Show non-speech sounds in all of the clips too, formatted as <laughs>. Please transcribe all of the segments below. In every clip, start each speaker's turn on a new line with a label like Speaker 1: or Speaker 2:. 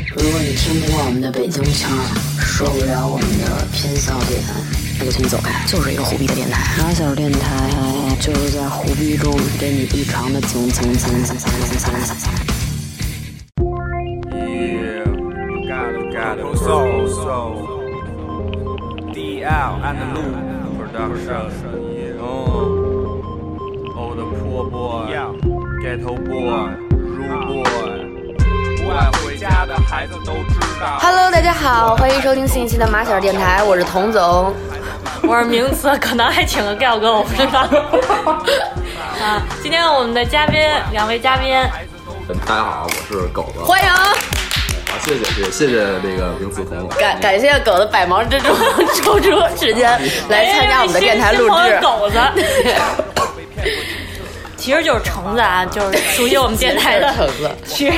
Speaker 1: 听不惯我们的北京腔儿，受不了我们的偏笑点，我就请你走开。就是一个虎逼的电台，马小电台就是在虎逼中给你异常的蹭蹭蹭蹭蹭蹭蹭蹭蹭。
Speaker 2: Yeah, you gotta, gotta go so, so. DL and the Loop production. Yeah. Oh, oh, the poor boy, ghetto boy, rude boy. 不爱回家的孩子都知道。
Speaker 3: Hello，大家好，欢迎收听新一期的马小电台，我是童总。
Speaker 4: 我是名词，可能还请个盖哥，我不知 <laughs> 道。啊，今天我们的嘉宾，两位嘉宾，
Speaker 5: 大家好，我是狗子。
Speaker 3: 欢迎，
Speaker 5: 啊，谢谢谢谢谢这个名词
Speaker 3: <laughs>
Speaker 5: 朋友。
Speaker 3: 感感谢狗的百忙之中抽出时 <laughs> 间来参加我们的电台录
Speaker 4: 哎
Speaker 3: 制
Speaker 4: 呀。狗子， <laughs> 其实就是橙子啊，就是熟悉我们电 <laughs> 台的
Speaker 3: 橙子，
Speaker 4: 其实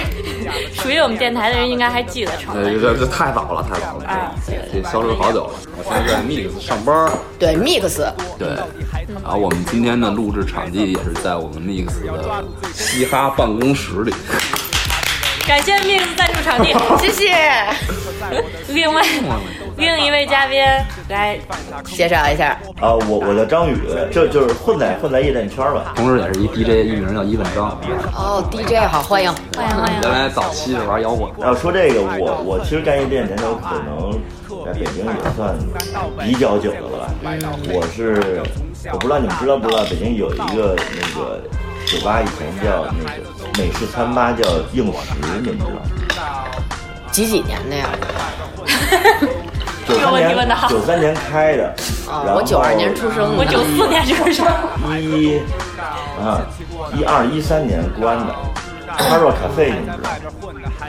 Speaker 4: 属于我们电台的人应该还记得橙
Speaker 5: 呃，这
Speaker 4: 子。
Speaker 5: 这这太早了，太早
Speaker 4: 哎
Speaker 5: 了，这消失好久了。
Speaker 3: 哎
Speaker 5: 我现在在 Mix 上班儿，
Speaker 3: 对 Mix，
Speaker 5: 对。然后我们今天的录制场地也是在我们 Mix 的嘻哈办公室里。
Speaker 4: 感谢 Mix 赞助 <laughs> 场地。
Speaker 3: 谢谢。
Speaker 4: 另外，另一位嘉宾来，
Speaker 3: 介绍一下，
Speaker 6: 啊，我我叫张宇，这就是混在混在夜店圈儿吧。
Speaker 5: 同时也是一 DJ，艺名叫伊文章。
Speaker 3: 哦，DJ 好，欢迎。
Speaker 4: 欢迎欢迎
Speaker 5: 原。来早期是玩摇滚的，
Speaker 6: 要说这个，我我其实干夜店年头可能在北京也算比较久的了吧。我是我不知道你们知道不知道，北京有一个那个酒吧，以前叫那个美式餐吧，叫应时，你们知道？
Speaker 3: 几几年的呀？
Speaker 6: 九
Speaker 4: 这个
Speaker 6: 三
Speaker 4: 问题问得
Speaker 6: 年
Speaker 4: 好
Speaker 6: 九三年开的，
Speaker 3: <laughs> 啊，我九二年出生
Speaker 4: <laughs> 我
Speaker 3: 的。
Speaker 4: 九四年出生，
Speaker 6: 一啊一二一三年关的。哈若咖啡，你们知道？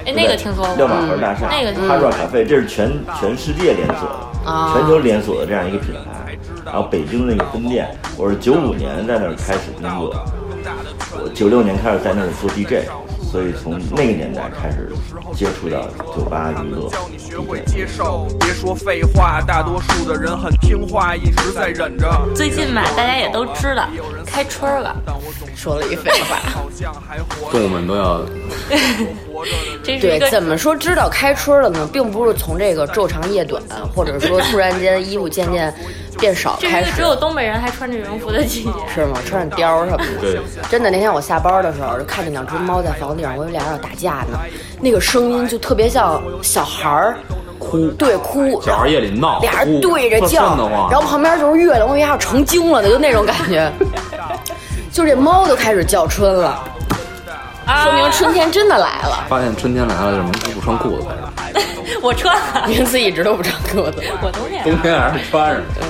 Speaker 4: 哎，那个听说
Speaker 6: 六
Speaker 4: 过。嗯
Speaker 6: 马河大厦，
Speaker 4: 那个
Speaker 6: 哈若咖啡，这是全全世界连锁的、
Speaker 3: 啊
Speaker 6: 全球连锁的这样一个品牌。然后北京的那个分店，我是九五年在那儿开始工作，我九六年开始在那儿做 DJ，所以从那个年代开始接触到酒吧娱乐。
Speaker 2: 教你学会接受，别说废话。大多数的人很听话，一直在忍着。
Speaker 4: 最近吧，大家也都知道，开春儿了。
Speaker 3: 说了一废话。
Speaker 2: 好像还活着
Speaker 5: 动物们都要
Speaker 4: 这是一
Speaker 3: 对，
Speaker 4: 个
Speaker 3: 怎么说知道开春了呢？并不是从这个昼长夜短，或者说突然间衣服渐渐变少
Speaker 4: 这是
Speaker 3: 开
Speaker 4: 一个只
Speaker 3: 始，
Speaker 4: 有东北人还穿着羽绒服的 <laughs> 季节。
Speaker 3: 是吗？穿上貂儿什么的。
Speaker 5: 对
Speaker 3: 真的，那天我下班的时候，就看见两只猫在房顶上，我有俩人要打架呢，那个声音就特别像小孩儿哭，对哭，
Speaker 5: 小孩夜里闹，
Speaker 3: 俩人对着
Speaker 5: 哭
Speaker 3: 叫
Speaker 5: 瘆得，慌。
Speaker 3: 然后旁边就是月亮，我以为要成精了呢，就那种感觉。就这猫都开始叫春了，
Speaker 4: 啊
Speaker 3: 说明春天真的来了。
Speaker 5: 发现春天来了，就不穿裤子开始，
Speaker 4: 我穿了， <laughs>
Speaker 3: 名字一直都不长裤子。
Speaker 4: 我冬天啊嗯
Speaker 5: 冬天还是穿上的。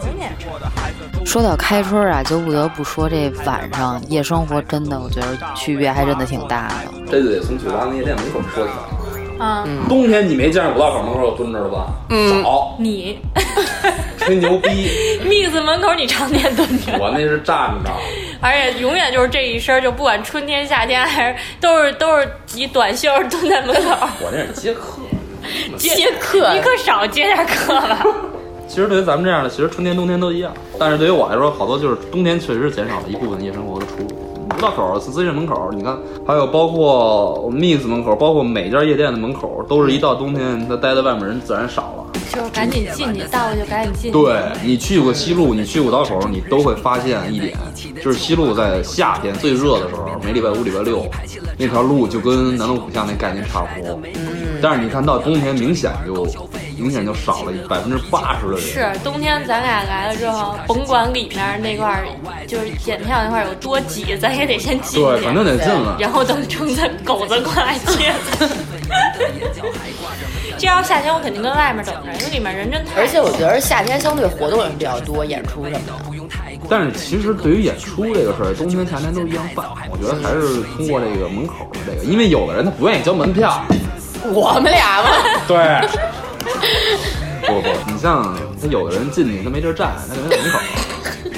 Speaker 4: 冬天穿。
Speaker 7: 说到开春儿啊，就不得不说这晚上夜生活真的，我觉得区别还真的挺大的。
Speaker 5: 这就得从酒吧那夜店门口说起。
Speaker 4: 嗯，
Speaker 5: 冬天你没见着五道口门口蹲着的吧？少
Speaker 4: 你
Speaker 5: 吹牛逼，
Speaker 4: miss 门口你 <laughs> 常年蹲着，
Speaker 5: 我那是站着，
Speaker 4: 而且永远就是这一身儿，就不管春天夏天还是都是都是以短袖儿蹲在门 <laughs> 口。
Speaker 5: 我那是接客。
Speaker 4: 接
Speaker 3: 客
Speaker 4: 一课少接点课吧。
Speaker 5: 其实对于咱们这样的，其实春天、冬天都一样，但是对于我来说，好多就是冬天确实减少了一部分夜生活的出入。五道口、自信门口，你看，还有包括我们 Mix 门口，包括每家夜店的门口，都是一到冬天，那待在外面人自然少了。
Speaker 4: <laughs> 就是赶紧进去，到了就赶紧进去。
Speaker 5: 对你去过西路，你去过五道口，你都会发现一点，就是西路在夏天最热的时候，每礼拜五、礼拜六，那条路就跟南锣鼓巷那概念差不多。但是你看到冬天，明显就明显就少了百分之八十的人。
Speaker 4: 是冬天咱俩来了之后，甭管里面那块儿就是检票那块儿有多挤，咱也得先进
Speaker 5: 对，
Speaker 4: 去。
Speaker 5: 反正得进来。
Speaker 4: 然后等橙子 <laughs> 狗子过来接。 <laughs> 这要夏天我肯定跟外面等着，因为里面人真太。
Speaker 3: 而且我觉得夏天相对活动也比较多，演出什么的。
Speaker 5: 但是其实对于演出这个事儿，冬天夏天都一样办。我觉得还是通过这个门口的这个，因为有的人他不愿意交门票。
Speaker 3: 我们俩嘛， <laughs>
Speaker 5: 对。不不，你像他有的人进去，他没地儿站，他就在门口。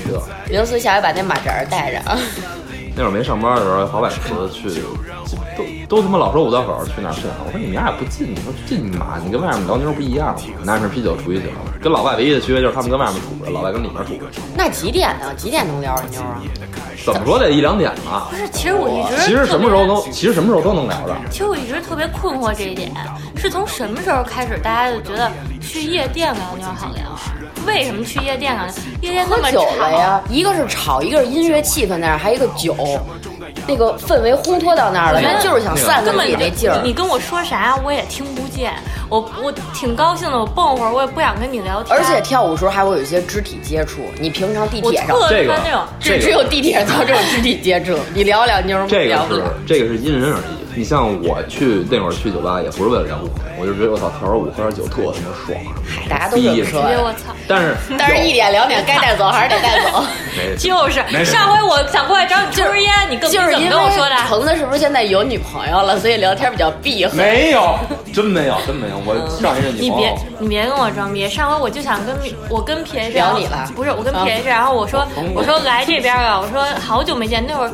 Speaker 5: 对吧？
Speaker 3: 零四下回把那马扎儿带着啊。 <laughs>
Speaker 5: 那会儿没上班的时候，好歹辞去都都他妈老说五道口去哪儿去哪儿，我说你们家也不近，你说近嘛？你跟外面聊妞不一样吗？拿瓶啤酒出去就好了。跟老外唯一的区别就是他们跟外面处着，老外跟里面处着。
Speaker 1: 那几点呢？几点能聊着妞啊？
Speaker 5: 怎么说得一两点吧。
Speaker 4: 不是，其实我一直
Speaker 5: 其
Speaker 4: 特别
Speaker 5: 实什么时候都，其实什么时候都能聊着。
Speaker 4: 其实我一直特别困惑这一点，是从什么时候开始大家就觉得去夜店聊妞好聊啊？为什么去夜店聊妞？夜店那
Speaker 1: 喝
Speaker 4: 么
Speaker 1: 酒
Speaker 4: 吵，
Speaker 1: 了呀，一个是吵，一个是音乐气氛那儿，还有一个酒，那个氛围烘托到那儿了，
Speaker 4: 觉得
Speaker 1: 就是想散
Speaker 4: 根
Speaker 1: 个
Speaker 4: 本
Speaker 1: 自己这劲儿。
Speaker 4: 你跟我说啥我也听不见，我我挺高兴的，我蹦会儿，我也不想跟你聊天。
Speaker 1: 而且跳舞时候还会有一些肢体接触，你平常地
Speaker 4: 我
Speaker 1: 铁上
Speaker 4: 特
Speaker 5: 这
Speaker 4: 别
Speaker 5: 个
Speaker 4: 那种，
Speaker 5: 这
Speaker 1: 只
Speaker 5: 个
Speaker 1: 只有地铁上才有这种肢体接触，你聊聊妞儿吗？
Speaker 5: 这个
Speaker 1: 聊不
Speaker 5: 是
Speaker 1: 了。
Speaker 5: 这个是因人而异。你像我去那会儿去酒吧，也不是为了聊舞，我就觉得我操，跳会儿舞喝点酒特他妈爽。
Speaker 1: 大家都这么说
Speaker 4: 哎呦我操！
Speaker 5: 但是
Speaker 1: <laughs> 但是一点两点该带走还是得带走，
Speaker 5: 没
Speaker 4: 就是
Speaker 5: 没事
Speaker 4: 上回我想过来找你抽根烟，你更
Speaker 1: 就是
Speaker 4: 怎么
Speaker 1: 因
Speaker 4: 跟我说
Speaker 1: 为
Speaker 4: 的？
Speaker 1: 橙子是不是现在有女朋友了，所以聊天比较闭合？
Speaker 5: 没有，真没有，真没有。我
Speaker 1: 嗯
Speaker 5: 上一任女
Speaker 4: 你
Speaker 5: 朋友
Speaker 4: 别，你别跟我装逼。上回我就想跟我跟 P H
Speaker 1: 聊你了啊
Speaker 4: 不是我跟 P H，、然后我说我说来这边啊，我说好久没见，那会儿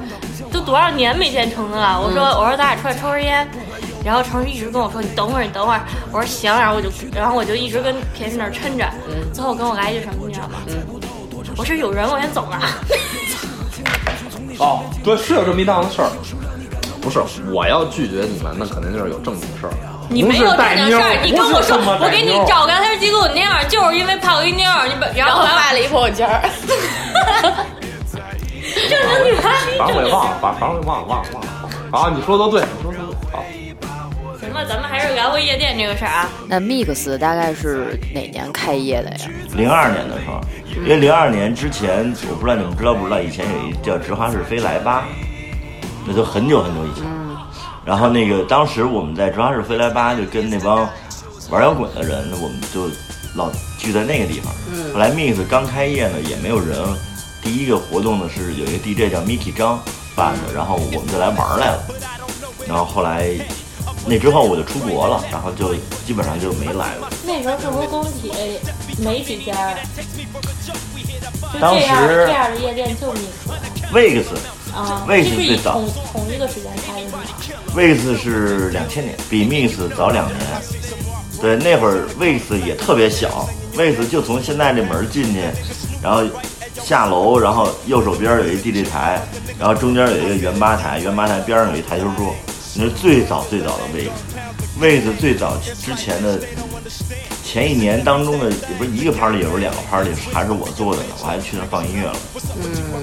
Speaker 4: 都多少年没见橙子了。啊我说、
Speaker 1: 嗯
Speaker 4: 我说咱俩出来抽根烟，然后橙子一直跟我说你等会儿你等会儿，我说行，然后我就然后我就一直跟 P H 那儿抻着，
Speaker 1: 嗯
Speaker 4: 最后跟我来一句什么你知道吗？我说有人，我先走
Speaker 1: <laughs>
Speaker 4: 了。
Speaker 5: 哦，对，是有这么一档子事儿。不是，我要拒绝你们，那肯定就是有正经事儿。
Speaker 4: 你没有
Speaker 5: 不是带
Speaker 4: 这件事儿
Speaker 5: 妞，
Speaker 4: 你跟我
Speaker 5: 不是
Speaker 4: 说
Speaker 5: 他妈，
Speaker 4: 我
Speaker 5: 带
Speaker 4: 给你
Speaker 5: 妞
Speaker 4: 找刚才记录你那样，就是因为泡一妞，你把然
Speaker 1: 然
Speaker 4: 后
Speaker 1: 后
Speaker 4: 来
Speaker 1: 发了一朋友圈儿，
Speaker 4: <laughs> 正经女孩，
Speaker 5: 反
Speaker 4: 正
Speaker 5: 正我也
Speaker 4: 经
Speaker 5: 忘了，反反正我也忘了，忘了，忘了。啊，你说的都对，你说的都对。好，
Speaker 4: 行吧，咱们还是聊回夜店这个事儿啊。
Speaker 8: 那 Mix 大概是哪年开业的呀？
Speaker 6: 零二年的时候，因为零二年之前，我不知道你们知道不知道，以前有一叫直花市飞来吧，那都很久很久以前。
Speaker 4: 嗯
Speaker 6: 然后那个当时我们在直花市飞来吧，就跟那帮玩摇滚的人，我们就老聚在那个地方。
Speaker 4: 嗯
Speaker 6: 后来 Mix 刚开业呢，也没有人。第一个活动呢是有一个 DJ 叫 Miki 张办的，然后我们就来玩儿来了。然后后来那之后我就出国了，然后就基本上就没来了。
Speaker 4: 那时候是不是工体没几家儿？就
Speaker 6: 当
Speaker 4: 这样
Speaker 6: 时
Speaker 4: 这样的夜店就你
Speaker 6: Vegas
Speaker 4: 啊，
Speaker 6: 为
Speaker 4: 这
Speaker 6: 什么
Speaker 4: 是
Speaker 6: 最
Speaker 4: 以
Speaker 6: 早
Speaker 4: 同同一个时间开的吗？
Speaker 6: Wix 是两千年，比 Mix 早两年。对，那会儿 Wix 也特别小，Wix 就从现在这门进去，然后下楼，然后右手边有一地利台，然后中间有一个圆吧台，圆吧台边上有一台球桌。那是最早最早的 Wix。Wix 最早之前的前一年当中的，也不是一个 party，也不是两个 party，还是我做的呢，我还去那儿放音乐了。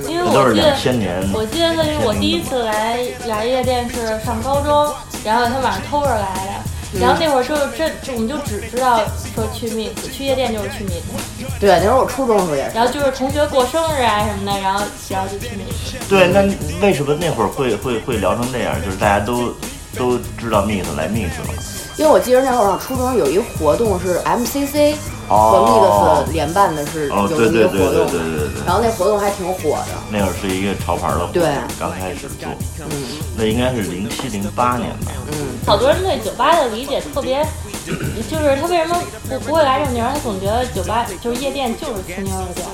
Speaker 4: 因为
Speaker 6: 那都
Speaker 4: 我
Speaker 6: 是
Speaker 4: 记
Speaker 6: 两
Speaker 4: 得
Speaker 6: 千年。
Speaker 4: 我记得那是我第一次来来夜店是上高中，然后他晚上偷着来的，然后那会儿就这这我们就只知道说去 mix 去夜店就是去 mix，
Speaker 1: 对，那时候我初中时候也是，
Speaker 4: 然后就是同学过生日啊什么的，然后然后就去 mix。
Speaker 6: 对，那为什么那会儿会会会聊成那样？就是大家都都知道 mix 来 mix 了。
Speaker 1: 因为我记得那会儿上初中有一活动是 MCC
Speaker 6: 哦
Speaker 1: 和 Mix 联办的是
Speaker 6: 哦
Speaker 1: 有这么一
Speaker 6: 对对
Speaker 1: 个
Speaker 6: 对
Speaker 1: 活动
Speaker 6: 对对对对，
Speaker 1: 然后那活动还挺火的，
Speaker 6: 那会儿是一个潮牌的活动，
Speaker 1: 对
Speaker 6: 刚开始做，那应该是零七零八年吧。
Speaker 4: 好多人对酒吧的理解特别，就是他为什么不不会来这种地方？他总觉得酒吧就是夜店就是吹牛的地儿。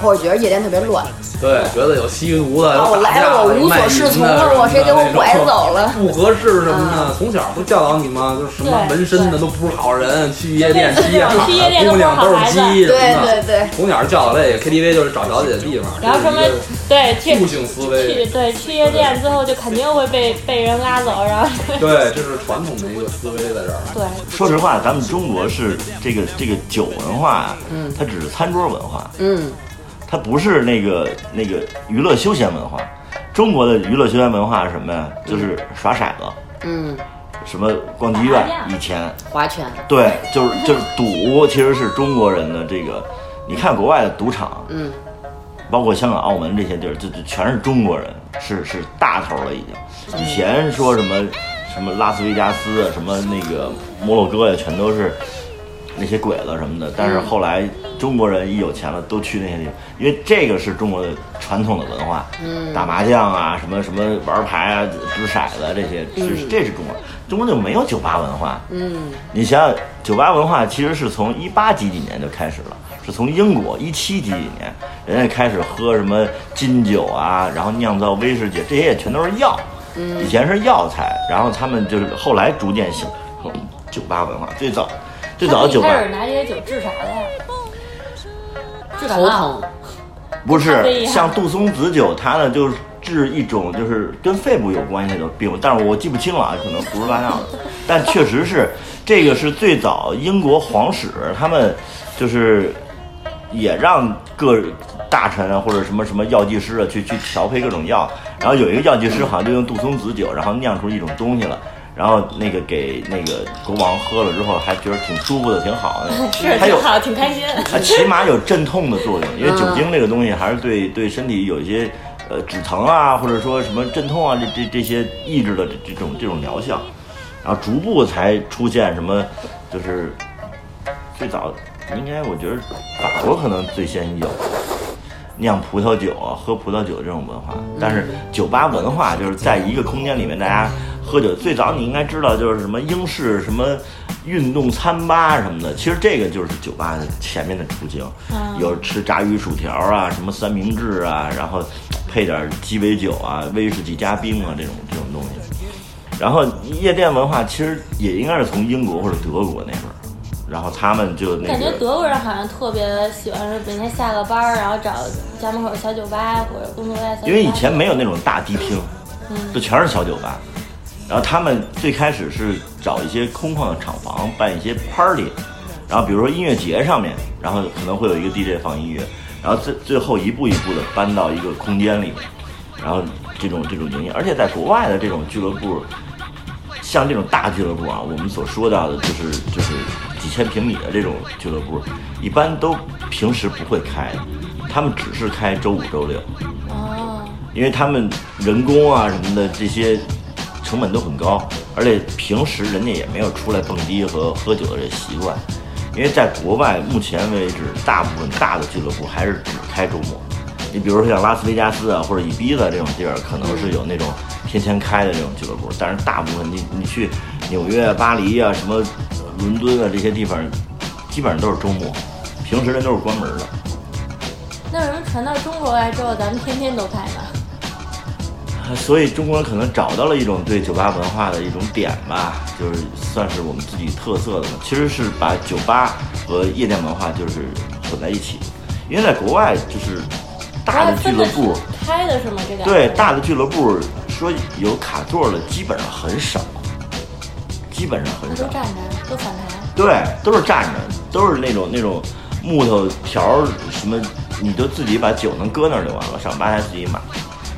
Speaker 1: 或者觉得夜店特别乱，
Speaker 5: 对，觉得有吸毒的，
Speaker 1: 啊
Speaker 5: 有
Speaker 1: 我来
Speaker 5: 打架
Speaker 1: 了
Speaker 5: 的
Speaker 1: 我无所适从了
Speaker 5: 有卖淫的
Speaker 1: 我谁给我
Speaker 5: 那种
Speaker 1: 拐走了
Speaker 5: 不合适什么的，从小不教导你吗？就是什么
Speaker 4: 对
Speaker 5: 纹身的都不是好人，去夜店
Speaker 4: 对对
Speaker 5: 吸夜
Speaker 4: 对去夜
Speaker 5: 场
Speaker 4: 店都
Speaker 5: 的
Speaker 4: 不
Speaker 5: 姑
Speaker 4: 是
Speaker 5: 娘
Speaker 4: 好
Speaker 5: 都是
Speaker 4: 孩子
Speaker 5: 鸡什么
Speaker 1: 对对
Speaker 5: 的。
Speaker 1: 对
Speaker 5: 从小教导这个 KTV 就是找小姐的地方，
Speaker 4: 然后什么
Speaker 5: 这是一个
Speaker 4: 对去
Speaker 5: 固性思维
Speaker 4: 去对去夜店之后就肯定会被被人拉走，然后
Speaker 5: 对，这是传统的一个思维在这儿。
Speaker 4: 对
Speaker 6: 说实话，咱们中国是这个这个酒文化，嗯，它只是餐桌文化，
Speaker 1: 嗯，
Speaker 6: 它不是那个那个娱乐休闲文化。中国的娱乐休闲文化是什么呀？就是耍骰子，
Speaker 1: 嗯，
Speaker 6: 什么逛妓院
Speaker 4: 打麻，将
Speaker 6: 以前
Speaker 1: 划拳，
Speaker 6: 对，就是就是赌，其实是中国人的这个，你看国外的赌场，
Speaker 1: 嗯，
Speaker 6: 包括香港、澳门这些地儿，就就全是中国人，是是大头了已
Speaker 1: 嗯
Speaker 6: 经。以前说什么什么拉斯维加斯啊，什么那个摩洛哥呀，全都是那些鬼子什么的。但是后来中国人一有钱了，都去那些地方，因为这个是中国的传统的文化，嗯，打麻将啊，什么什么玩牌啊、掷骰子啊这些，是这是中国。中国就没有酒吧文化，嗯，你想想，酒吧文化其实是从一八几几年就开始了，是从英国一七几几年，人家开始喝什么金酒啊，然后酿造威士忌，这些也全都是药，以前是药材，然后他们就是后来逐渐形成酒吧文化。最早，最早的酒吧
Speaker 4: 开始拿这些酒治啥的呀？治感
Speaker 3: 头
Speaker 4: 冒
Speaker 3: 疼。
Speaker 6: 不
Speaker 4: 咖
Speaker 6: 是
Speaker 4: 啡呀
Speaker 6: 像杜松子酒，它呢就是治一种就是跟肺部有关系的病，但是我记不清了啊，可能胡说八道的，但确实是这个是最早英国皇室他们就是也让各大臣啊或者什么什么药剂师啊去去调配各种药，然后有一个药剂师好像就用杜松子酒，然后酿出一种东西了。然后那个给那个国王喝了之后，还觉得挺舒服的，挺好的。
Speaker 4: <laughs> 是
Speaker 6: 还有
Speaker 4: 挺好，挺开心。 <laughs>
Speaker 6: 它起码有镇痛的作用，因为酒精这个东西还是对对身体有一些呃止疼啊，或者说什么镇痛啊，这这这些抑制的这这种这种疗效，然后逐步才出现什么，就是最早应该我觉得法国可能最先有酿葡萄酒啊、喝葡萄酒这种文化，但是酒吧文化就是在一个空间里面大家喝酒。最早你应该知道就是什么英式什么运动餐吧什么的，其实这个就是酒吧前面的雏形，
Speaker 4: 嗯
Speaker 6: 有吃炸鱼薯条啊，什么三明治啊，然后配点鸡尾酒啊、威士忌加冰啊这种这种东西。然后夜店文化其实也应该是从英国或者德国那边儿，然后他们就那个
Speaker 4: 感觉德国人好像特别喜欢说每天下个班儿，然后找家门口小酒吧或者工作站小酒吧。
Speaker 6: 因为以前没有那种大迪厅，就全是小酒吧。然后他们最开始是找一些空旷的厂房办一些 party，然后比如说音乐节上面，然后可能会有一个 DJ 放音乐，然后最最后一步一步的搬到一个空间里面，然后这种这种营业，而且在国外的这种俱乐部，像这种大俱乐部啊，我们所说到的就是就是几千平米的这种俱乐部，一般都平时不会开，他们只是开周五周六。
Speaker 4: 哦，
Speaker 6: 因为他们人工啊什么的这些成本都很高，而且平时人家也没有出来蹦迪和喝酒的这习惯，因为在国外目前为止，大部分大的俱乐部还是只开周末。你比如说像拉斯维加斯啊，或者伊比萨这种地儿，可能是有那种天天开的这种俱乐部，但是大部分你你去纽约、巴黎啊、什么伦敦啊这些地方，基本上都是周末，平时人都是关门的。
Speaker 4: 那为什么传到中国来之后，咱们天天都开呢？
Speaker 6: 所以中国人可能找到了一种对酒吧文化的一种点吧，就是算是我们自己特色的嘛。其实是把酒吧和夜店文化就是混在一起，因为在国外就是大的俱乐
Speaker 4: 呃
Speaker 6: 部，
Speaker 4: 开的是吗？这两个
Speaker 6: 对大的俱乐部说有卡座的基本上很少，基本上很
Speaker 4: 都
Speaker 6: 少。
Speaker 4: 站着，都反台，
Speaker 6: 对，都是站着，都是那种那种木头条儿什么，你就自己把酒能搁那儿就完了，上吧台自己买。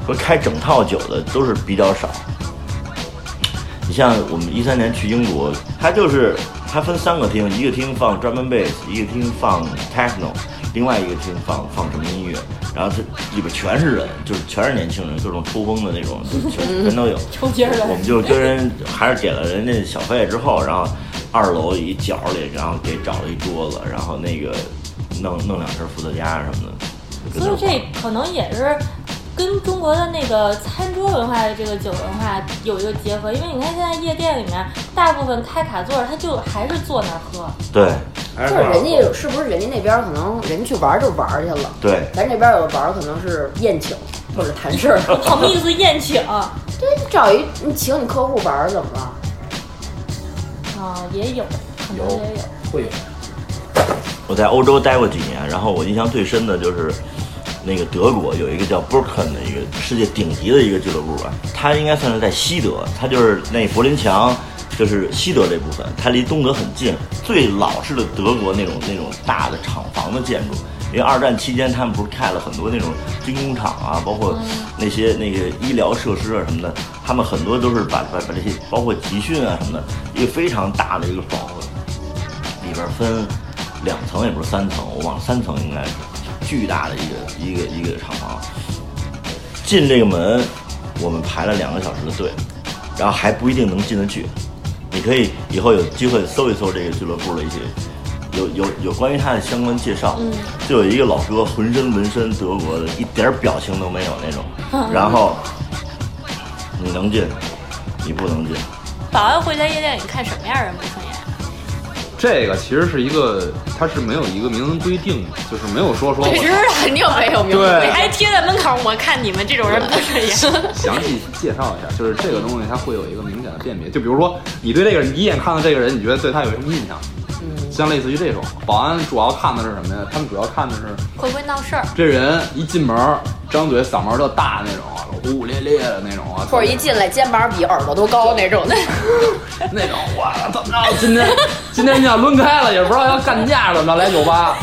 Speaker 6: 说开整套酒的都是比较少。你像我们一三年去英国，它就是它分三个厅，一个厅放 drum and bass，一个厅放 techno，另外一个厅放放什么音乐，然后它里边全是人，就是全是年轻人，各种抽风的那种，就全全都有。
Speaker 4: 抽筋儿
Speaker 6: 我
Speaker 4: 了。
Speaker 6: 们就跟人还是给了人家小费之后，然后二楼一角里，然后给找了一桌子，然后那个弄弄两瓶伏特加什么的。就跟
Speaker 4: 所以
Speaker 6: 那儿玩
Speaker 4: 这可能也是跟中国的那个餐桌文化的这个酒文化有一个结合，因为你看现在夜店里面，大部分开卡座儿，他就还是坐那儿喝。
Speaker 6: 对
Speaker 9: 就是
Speaker 3: 就是人家是不是人家那边儿可能人去玩儿就玩儿去了，
Speaker 6: 对，
Speaker 3: 咱这边儿有的玩儿可能是宴请或者谈
Speaker 6: <laughs>
Speaker 3: 事儿。
Speaker 4: 好意思宴 <laughs> 请啊、
Speaker 3: 对，你找一你请你客户玩儿怎么了？
Speaker 4: 也有，可能也有。
Speaker 9: 会有。
Speaker 6: 我在欧洲待过几年，然后我印象最深的就是那个德国有一个叫 Birken 的一个世界顶级的一个俱乐部吧，它应该算是在西德，它就是那柏林墙，就是西德这部分，它离东德很近，最老式的德国那种那种大的厂房的建筑。因为二战期间，他们不是开了很多那种军工厂啊，包括那些那个医疗设施啊什么的，他们很多都是把把把这些包括集训啊什么的，一个非常大的一个房子，里边分两层，也不是三层，我忘了三层应该是巨大的一个一个一个厂房。进这个门，我们排了两个小时的队，然后还不一定能进得去。你可以以后有机会搜一搜这个俱乐部的一些有有有关于它的相关介绍。就有一个老哥浑身纹身，德国的，一点儿表情都没有那种。然后你能进，你不能进。
Speaker 4: 啊 <laughs> 保安会在夜店里看什么样的人不顺眼？
Speaker 5: 这个其实是一个，它是没有一个明文规定的，就是没有说说
Speaker 3: 知
Speaker 5: 我
Speaker 3: 道肯定没有名
Speaker 5: 对
Speaker 3: 字。
Speaker 4: 还贴在门口，我看你们这种人不顺 <laughs> 眼。
Speaker 5: 详细介绍一下，就是这个东西它会有一个明显的辨别。就比如说，你对这个人，你一眼看到这个人，你觉得对他有什么印象？
Speaker 3: 嗯
Speaker 5: 像类似于这种，保安主要看的是什么呀？他们主要看的是
Speaker 4: 会不会闹事儿？
Speaker 5: 这人一进门儿，张嘴嗓门儿特大那种，呼呼咧咧的那种啊，
Speaker 3: 或者一进来肩膀比耳朵都高那种的，
Speaker 5: 那种，哇，怎么着？今天今天你想抡开了，也不知道要干架怎么着，来酒吧，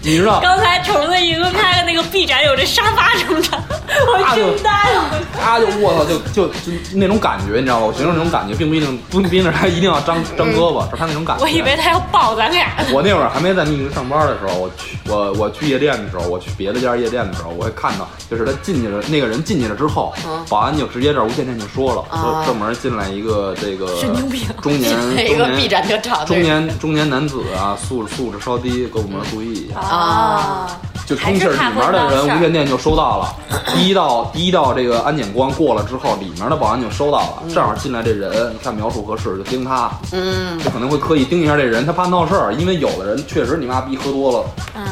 Speaker 5: 你知
Speaker 4: <laughs>
Speaker 5: 道？
Speaker 4: 刚才虫子一个开的那个 B 展有这沙发什么的， <laughs> 我
Speaker 5: 啊就
Speaker 4: 惊呆了。
Speaker 5: 他就我操，就就就那种感觉，你知道吗？我形容那种感觉，并不一定不不一定是他一定要张张
Speaker 3: 嗯
Speaker 5: 胳膊，是他那种感觉。
Speaker 4: 我以为他要抱咱俩，
Speaker 5: <laughs> 我那会儿还没在密云上班的时候，我去我我去夜店的时候，我去别的家夜店的时候，我会看到，就是他进去了，那个人进去了之后，
Speaker 3: 嗯
Speaker 5: 保安就直接这儿无线电就说
Speaker 3: 啊
Speaker 5: 了，说正门进来一个这个
Speaker 4: 神经病
Speaker 5: 中年中
Speaker 3: 一个
Speaker 5: 年
Speaker 3: 臂展就长
Speaker 5: 中年中年男子啊，素素质稍低，各部门注意一下。
Speaker 4: 啊，
Speaker 5: 就通气儿里面的人，无线电就收到了。第一道第一道这个安检关过了之后，里面的保安就收到了。正好进来这人，你看描述合适就盯他，嗯，就可能会刻意盯一下这人，他怕闹事儿。因为有的人确实你妈逼喝多了，
Speaker 4: 嗯，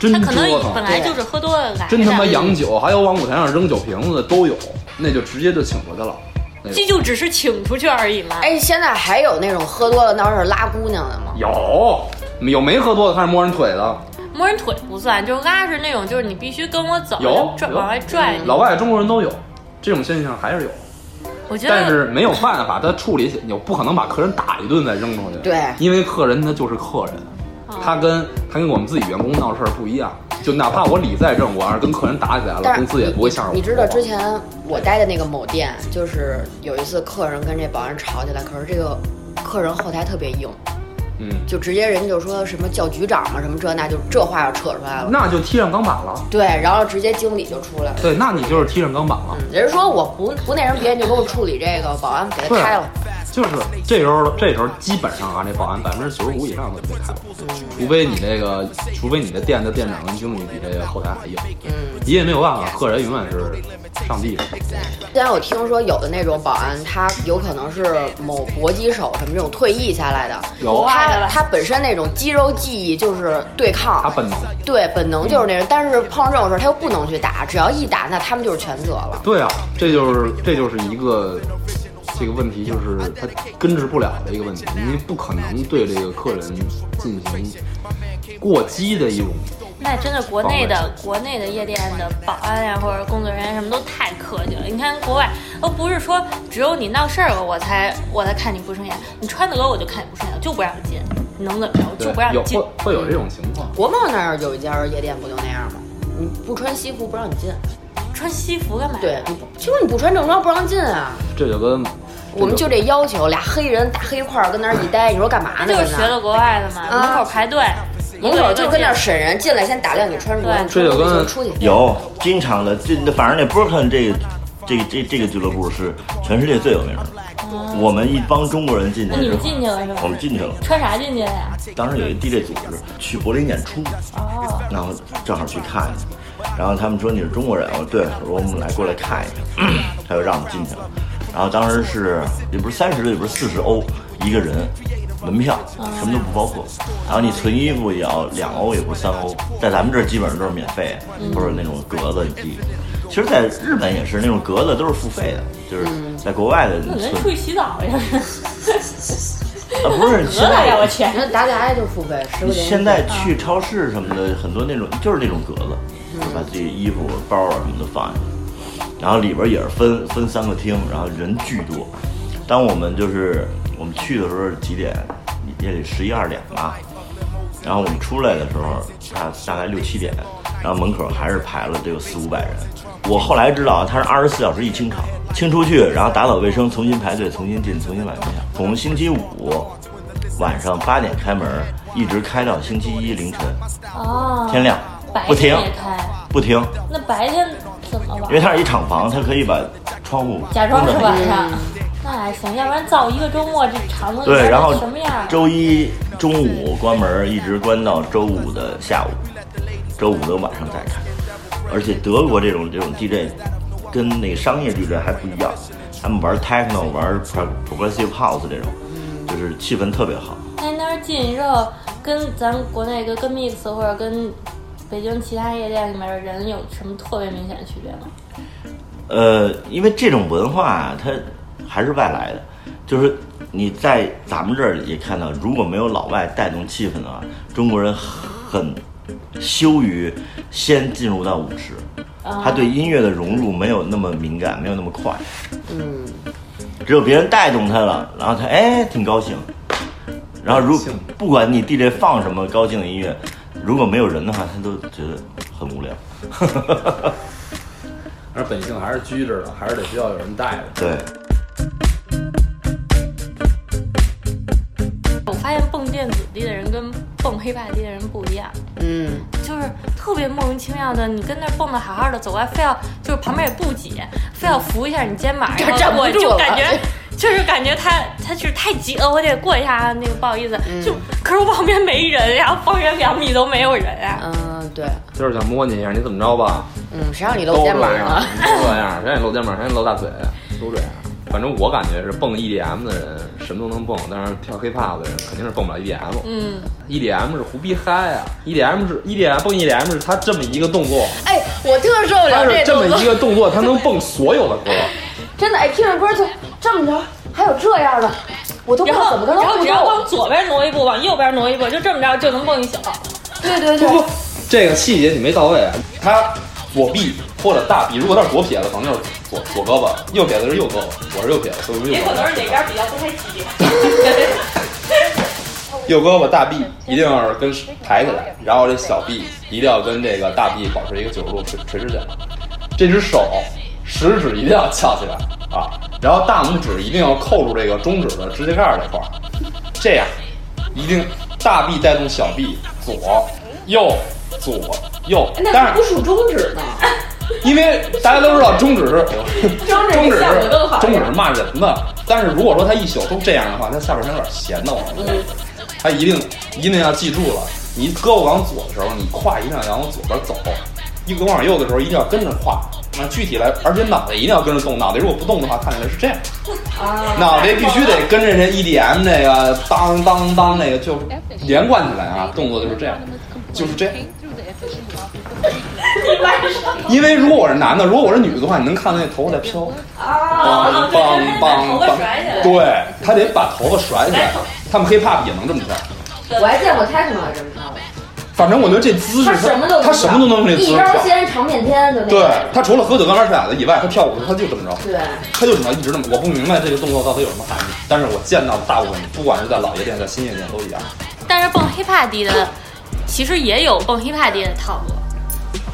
Speaker 5: 真
Speaker 4: 他可能
Speaker 5: 折腾
Speaker 4: 本来就是喝多了来的，
Speaker 5: 真他妈洋酒，还有往舞台上扔酒瓶子的都有，那就直接就请回去了。那种
Speaker 4: 这就只是请出去而已嘛。
Speaker 3: 哎，现在还有那种喝多了闹事儿拉姑娘的吗？
Speaker 5: 有有没喝多的开始摸人腿的，
Speaker 4: 摸人腿不算，就是拉是那种，就是你必须跟我走，
Speaker 5: 有
Speaker 4: 拽
Speaker 5: 有嗯
Speaker 4: 往外拽你。
Speaker 5: 老外中国人都有，这种现象还是有。
Speaker 4: 我觉
Speaker 5: 但
Speaker 4: 得
Speaker 5: 是没有办法，他处理起你不可能把客人打一顿再扔出去。
Speaker 3: 对
Speaker 5: 因为客人他就是客人，
Speaker 3: 哦
Speaker 5: 他跟他跟我们自己员工闹事儿不一样。就哪怕我理再正，我要是跟客人打起来了，
Speaker 3: 但是
Speaker 5: 公司也不会向着我
Speaker 3: 你知道之前我待的那个某店，就是有一次客人跟这保安吵起来，可是这个客人后台特别硬，
Speaker 5: 嗯，
Speaker 3: 就直接人就说什么叫局长嘛，什么这那，就这话要扯出来了。
Speaker 5: 那就踢上钢板了。
Speaker 3: 对，然后直接经理就出来了。
Speaker 5: 对，那你就是踢上钢板了。
Speaker 3: 嗯人说我不不那什么，别人就给我处理这个，保安给他
Speaker 5: 对啊
Speaker 3: 开了。
Speaker 5: 就是这时候，这时候基本上啊，这保安百分之九十五以上都得开了，除非你这个，除非你的店的店长跟经理比这个后台还硬，嗯，你也没有办法，客人永远是上帝。
Speaker 3: 之前我听说有的那种保安，他有可能是某搏击手什么这种退役下来的，
Speaker 5: 有
Speaker 3: 他他本身那种肌肉记忆就是对抗，
Speaker 5: 他本能
Speaker 3: 对本能就是那人，但是碰上这种事儿他又不能去打，只要一打那他们就是全责了。
Speaker 5: 对啊，这就是这就是一个这个问题，就是它根治不了的一个问题。你不可能对这个客人进行过激的一种，
Speaker 4: 那真的国内的国内的夜店的保安呀、或者工作人员什么都太客气了。你看国外，都不是说只有你闹事儿了我才我才看你不顺眼，你穿的多我就看你不顺眼，我就不让你进，你能怎么着？我就不让
Speaker 5: 有
Speaker 4: 你进
Speaker 5: 会。会有这种情况。
Speaker 3: 国贸那儿有一家夜店不就那样吗？你嗯不穿西服不让你进，
Speaker 4: 穿西服干嘛？
Speaker 3: 对，你不就是你不穿正装不让进啊。
Speaker 5: 这就跟
Speaker 3: 我们就这要求，俩黑人大黑块儿跟那儿一待，你说干嘛呢？
Speaker 4: 就是
Speaker 3: 跟那
Speaker 4: 学
Speaker 3: 儿
Speaker 4: 了国外的嘛，门口排队，
Speaker 3: 啊门口就跟那儿审人，进来先打量你穿着，你
Speaker 5: 这
Speaker 3: 穿
Speaker 5: 就
Speaker 3: 着不
Speaker 5: 跟
Speaker 3: 行出去。
Speaker 6: 有经常的，这反正那波肯这个这个这这个俱乐部是全世界最有名的。我们一帮中国人进去
Speaker 4: 哦那你
Speaker 6: 之
Speaker 4: 们
Speaker 6: 后，
Speaker 4: 进去了是吧
Speaker 6: 我们进去了。
Speaker 4: 穿啥进去的呀？
Speaker 6: 当时有一地这组织去柏林演出，
Speaker 3: 哦
Speaker 6: 然后正好去看，然后他们说你是中国人，我说对，我说我们来过来看一看， <clears throat> 他就让我们进去了。然后当时是也不是三十，也不是四十欧一个人，门票什么都不包括，然后你存衣服也要两欧，也不是三欧，在咱们这儿基本上都是免费，
Speaker 4: 嗯
Speaker 6: 或者那种格子地。其实，在日本也是那种格子都是付费的，就是
Speaker 4: 嗯
Speaker 6: 在国外的
Speaker 4: 你
Speaker 6: 存
Speaker 4: 们出去洗澡
Speaker 6: <laughs>
Speaker 4: 呀？
Speaker 6: 啊，不是
Speaker 4: 得
Speaker 6: 现
Speaker 4: 了
Speaker 6: 在
Speaker 4: 呀！我去，
Speaker 3: 你看达达也就付费十块钱。
Speaker 6: 现在去超市什么的，很多那种就是那种格子，把自己衣服、包啊什么都放进去，然后里边也是分分三个厅，然后人巨多。当我们就是我们去的时候几点？也得十一二点吧。然后我们出来的时候，大大概六七点，然后门口还是排了得有四五百人。我后来知道啊他是二十四小时一清场，清出去，然后打扫卫生，重新排队，重新进，重新买票。从星期五晚上八点开门，一直开到星期一凌晨
Speaker 4: 哦，
Speaker 6: 天亮，
Speaker 4: 白
Speaker 6: 不停
Speaker 4: 天也开，
Speaker 6: 不停，
Speaker 4: 那白天怎么玩
Speaker 6: 因为？它是一厂房，它可以把窗户
Speaker 4: 假装
Speaker 6: 关
Speaker 4: 是
Speaker 6: 得很嗯
Speaker 4: 晚上，那还行，要不然造一个周末这肠子
Speaker 6: 对，然后
Speaker 4: 什么样？啊
Speaker 6: 周一中午关门，一直关到周五的下午，周五的晚上再开。而且德国这种这种 DJ 跟那个商业 DJ 还不一样，他们玩 techno、玩 pro- progressive house 这种，就是气氛特别好。
Speaker 4: 那您那儿进热跟咱们国内跟跟 Mix 或者跟北京其他夜店里面的人有什么特别明显的区别吗？
Speaker 6: 呃，因为这种文化啊它还是外来的，就是你在咱们这儿也看到，如果没有老外带动气氛的话，中国人很羞于先进入到舞池，他对音乐的融入没有那么敏感，没有那么快。只有别人带动他了，然后他哎挺高兴，然后如不管你 DJ 放什么高兴的音乐，如果没有人的话，他都觉得很无聊。 <laughs>
Speaker 5: 而本性还是拘着的，还是得需要有人带着。
Speaker 6: 对，
Speaker 4: 我发现蹦电子迪的人跟蹦黑怕迪的人不一样，
Speaker 3: 嗯，
Speaker 4: 就是特别莫名其妙的，你跟那儿蹦的好好的，走外非要就是旁边也不挤，非要扶一下你肩膀，
Speaker 3: 这
Speaker 4: 然后
Speaker 3: 站不
Speaker 4: 过
Speaker 3: 住
Speaker 4: 就
Speaker 3: 了
Speaker 4: 感觉。就是感觉他他就是太挤了，我得过一下啊，那个不好意思，
Speaker 3: 嗯
Speaker 4: 就可是我旁边没人呀，方圆两米都没有人啊。
Speaker 3: 嗯，对，
Speaker 9: 就是想摸你一下，你怎么着吧？
Speaker 3: 嗯，谁让你
Speaker 9: 都
Speaker 3: 露
Speaker 9: 这
Speaker 3: 肩
Speaker 9: 样，
Speaker 3: 膀了？
Speaker 9: 都这样，谁让你露肩膀，谁让你露大腿，都这样。反正我感觉是蹦 EDM 的人什么都能蹦，但是跳 hiphop 的人肯定是蹦不了 E EDM。
Speaker 4: 嗯，
Speaker 9: EDM E 是胡逼嗨啊，EDM 是 EDM 蹦 EDM 是他这么一个动作，
Speaker 3: 哎，我特受不
Speaker 9: 他
Speaker 3: 了
Speaker 9: 是
Speaker 3: 这
Speaker 9: 这么
Speaker 3: 种
Speaker 9: 一个动作，他能蹦所有的歌。
Speaker 3: 真的哎，听着歌就这么着，还有这样的，我都不知
Speaker 4: 然
Speaker 3: 道
Speaker 4: 后
Speaker 3: 嗯怎么着
Speaker 4: 然后
Speaker 3: 能
Speaker 4: 只
Speaker 3: 不
Speaker 4: 要
Speaker 3: 动。
Speaker 4: 往左边挪一步，往右边挪一步，就这么着就能蹦一宿。
Speaker 3: 对对对，
Speaker 9: 不，这个细节你没到位啊。他左臂或者大臂，如果他是左撇子，可能就是左左胳膊；右撇子是右胳膊。我是右撇子，所以我是右
Speaker 4: 也可
Speaker 9: 胳
Speaker 4: 能是
Speaker 9: 膊。
Speaker 4: 哪边比较不太吉利。
Speaker 9: 右胳膊大臂一定要是跟抬起来，然后这小臂一定要跟这个大臂保持一个九十度垂垂直角。这只手食指一定要翘起来啊，然后大拇指一定要扣住这个中指的指甲盖儿这块儿，这样一定大臂带动小臂，左右左右。当然。
Speaker 3: 数中指呢。
Speaker 9: <laughs> 因为大家都知道中指是
Speaker 4: 中指
Speaker 9: 中指
Speaker 4: 效果更
Speaker 9: 是
Speaker 4: 好
Speaker 9: 中指是骂人的，但是如果说他一宿都这样的话，他下半身有点闲的，我觉得。他一定一定要记住了，你胳膊往左的时候，你胯一定要往左边走；一胳膊往右的时候，一定要跟着胯。那具体来，而且脑袋一定要跟着动，脑袋如果不动的话，看起来是这样。脑袋必须得跟着 E 这 EDM 这个当当当那个就连贯起来啊，动作就是这样，就是这样。因为如果我是男的，如果我是女的的话，你能看到那头发在飘，梆梆
Speaker 4: <laughs>
Speaker 9: 梆梆，对他得把头发甩起来。他们 hiphop 也能这么跳，
Speaker 3: 我还见过泰克玛这么跳的，
Speaker 9: 反正我觉得这姿势
Speaker 3: 他什么都能
Speaker 9: 他什么都能用这姿势
Speaker 3: 一招
Speaker 9: 跳。
Speaker 3: 鲜长遍天就那
Speaker 9: 对
Speaker 3: 个。
Speaker 9: 他除了喝酒干玩骰子以外，他跳舞他就这么着。
Speaker 3: 对，
Speaker 9: 他就只能一直这么，我不明白这个动作到底有什么含义。但是我见到的大部分，不管是在老爷店，在新夜店都一样。
Speaker 4: 但是蹦 hiphop 迪的，其实也有蹦 hiphop 迪的套路，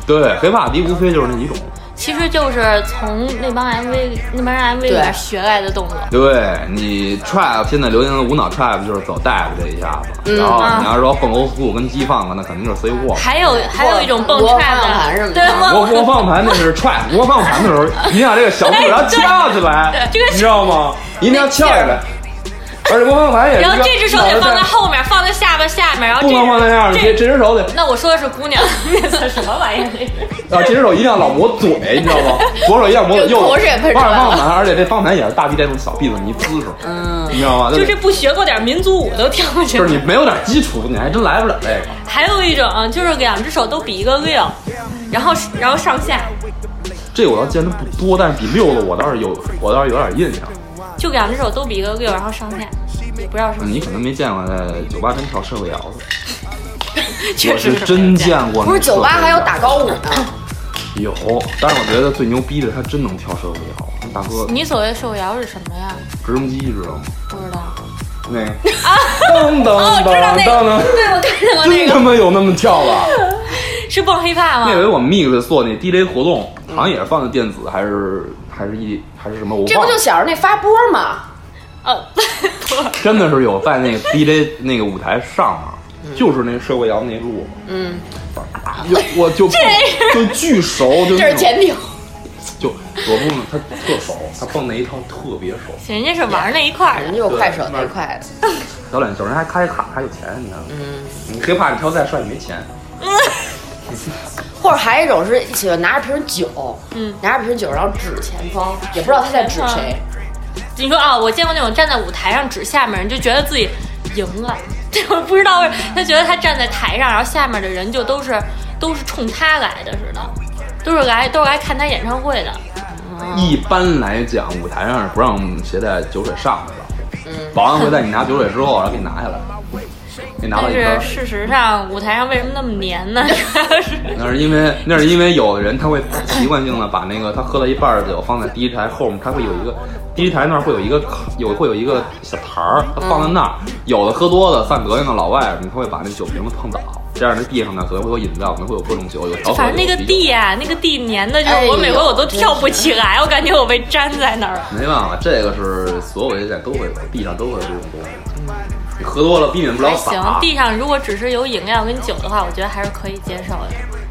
Speaker 9: 对，黑怕迪无非就是那几种。
Speaker 4: 其实就是从那帮 MV 那帮人 MV 里面学来的动作。
Speaker 9: 对你 trap 现在流行的舞蹈 trap 就是走 dab 这一下
Speaker 3: 嗯
Speaker 9: 子，然后你要是说蹦 old school 跟激放那肯定就是 C 货。
Speaker 4: 还有还有一种蹦
Speaker 3: 我我
Speaker 4: trap
Speaker 3: 放盘是
Speaker 4: 的，
Speaker 3: 吗
Speaker 4: 对，
Speaker 9: 我我
Speaker 4: 我
Speaker 9: 放盘那是 trap，我放盘的时候一定要这个小步，然后翘起来，
Speaker 4: 对这个
Speaker 9: 你知道吗？一定要翘起来。而且我放盘也是，
Speaker 4: 然后这只手
Speaker 9: 脑
Speaker 4: 得
Speaker 9: 袋
Speaker 4: 放
Speaker 9: 在
Speaker 4: 在后面，放在下巴下面，然后
Speaker 9: 不
Speaker 4: 这
Speaker 9: 能放在那儿，这
Speaker 4: 这
Speaker 9: 这只手得
Speaker 4: 那我说的是姑娘，那算什么玩意儿？
Speaker 9: 啊，这只手一定要老抹嘴，你知道吗？左手一定要抹嘴，右手
Speaker 3: 口水也喷出
Speaker 9: 往
Speaker 3: 来
Speaker 9: 上
Speaker 3: 了
Speaker 9: 放盘，而且这方盘也是大臂带动小臂的一姿势，嗯，你知道吗？
Speaker 4: <laughs> 就
Speaker 9: 就
Speaker 4: 这不学过点民族舞都跳不起
Speaker 9: 就
Speaker 4: 来
Speaker 9: 是。你没有点基础，你还真来不了这个。
Speaker 4: 还有一种啊就是两只手都比一个六，然后然后上下，
Speaker 9: 这我倒见的不多，但是比六的我倒是有，我倒是有点印象。
Speaker 4: 就两只手都比一个六，然后上下，也不知道什么。
Speaker 9: 你可能没见过在酒吧真跳社会摇的，
Speaker 4: 确
Speaker 9: 我
Speaker 4: 实
Speaker 9: 是
Speaker 4: 是
Speaker 9: 真见过。
Speaker 3: 不是酒吧还有打高舞 <laughs> 呢。
Speaker 9: 有，但是我觉得最牛逼的他真能跳社会摇，大哥
Speaker 4: 你所谓的手摇是什么呀？
Speaker 9: 直升机知道吗？
Speaker 4: 不知道。
Speaker 9: 那个 <laughs> 噔噔噔噔
Speaker 4: 对，我看见过
Speaker 9: 噔，真他妈有那么跳的。
Speaker 4: 是蹦黑怕吗？
Speaker 9: 那回我们 Mix 做那 DJ 活动，好像也是放的电子，还是还是一还是什么？我
Speaker 3: 这
Speaker 9: 忘
Speaker 3: 不就
Speaker 9: 了，
Speaker 3: 小时候那发波吗？
Speaker 4: <laughs> 呃，
Speaker 9: 真的是有在那个 DJ 那个舞台上面，就是那社会摇那路，嗯，就我就不就巨熟，就
Speaker 3: 这
Speaker 9: 那
Speaker 3: 是
Speaker 9: 种
Speaker 3: 前艇。
Speaker 9: 就我不能，他特熟，他蹦那一套特别熟，
Speaker 4: 人家是玩那一块儿
Speaker 3: 人
Speaker 4: 的。
Speaker 3: 家有快手那一块的，
Speaker 9: 小脸球人还开卡还有钱，你看，嗯，你黑怕你跳再帅你没钱，
Speaker 3: 或者还有一种是喜欢拿着瓶酒，
Speaker 4: 嗯，
Speaker 3: 拿着瓶酒然后指前方，也不知道他在指谁。
Speaker 4: 你说啊，我见过那种站在舞台上指下面人，就觉得自己赢了。 <laughs> 我不知道为什么，他觉得他站在台上，然后下面的人就都是都是冲他来的似的，都是来都是来看他演唱会的。哦
Speaker 9: 一般来讲，舞台上是不让携带酒水上来的，
Speaker 4: 嗯
Speaker 9: 保安会在你拿酒水之后，然后给你拿下来，给你拿到
Speaker 4: 但
Speaker 9: 一边
Speaker 4: 是
Speaker 9: 儿。
Speaker 4: 事实上，舞台上为什么那么黏呢？ <laughs> 主要是
Speaker 9: 那是因为那是因为有的人他会习惯性的把那个他喝了一半儿的酒放在第一台后面，他会有一个第一台那儿会有一个有会有一个小台儿，他放在那儿。有的喝多了犯膈应的老外，他会把那酒瓶子碰倒，这样那地上呢可能会有饮料，可能会有各种酒，有调和
Speaker 4: 反正那个
Speaker 9: 有啤酒
Speaker 4: 地呀、那个地黏的，就
Speaker 3: 哎
Speaker 4: 是
Speaker 3: 呦
Speaker 4: 我每回我都跳不起来，我感觉我被粘在那儿了。
Speaker 9: 没办法，这个是所有夜店都会有，地上都会有这种东西。你喝多了避免不了
Speaker 4: 还哎行
Speaker 9: 洒，，
Speaker 4: 地上如果只是有饮料跟酒的话，我觉得还是可以接受的。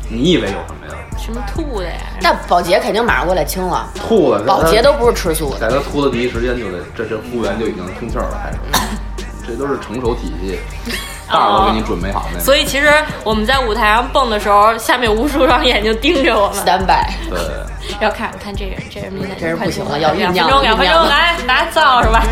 Speaker 9: 你以为有什么呀？
Speaker 4: 什么吐的呀？
Speaker 3: 那保洁肯定马上过来清了，
Speaker 9: 吐了，
Speaker 3: 保洁都不是吃素的。
Speaker 9: 在他吐的第一时间就得，这这服务员就已经通气儿了，
Speaker 3: <laughs>
Speaker 9: 开始，这都是成熟体系，
Speaker 3: 哦
Speaker 9: 大伙都给你准备好那个。
Speaker 4: 哦所以其实我们在舞台上蹦的时候，下面无数双眼睛盯着我们，
Speaker 3: 单摆，
Speaker 9: 对，
Speaker 4: 要看看这人，这人明显
Speaker 3: 这人不行了
Speaker 4: 快
Speaker 3: 要酝
Speaker 4: 两分
Speaker 3: 酿
Speaker 4: 钟，
Speaker 3: 了
Speaker 4: 两分钟
Speaker 3: 酝酿了
Speaker 4: 来拿灶是吧？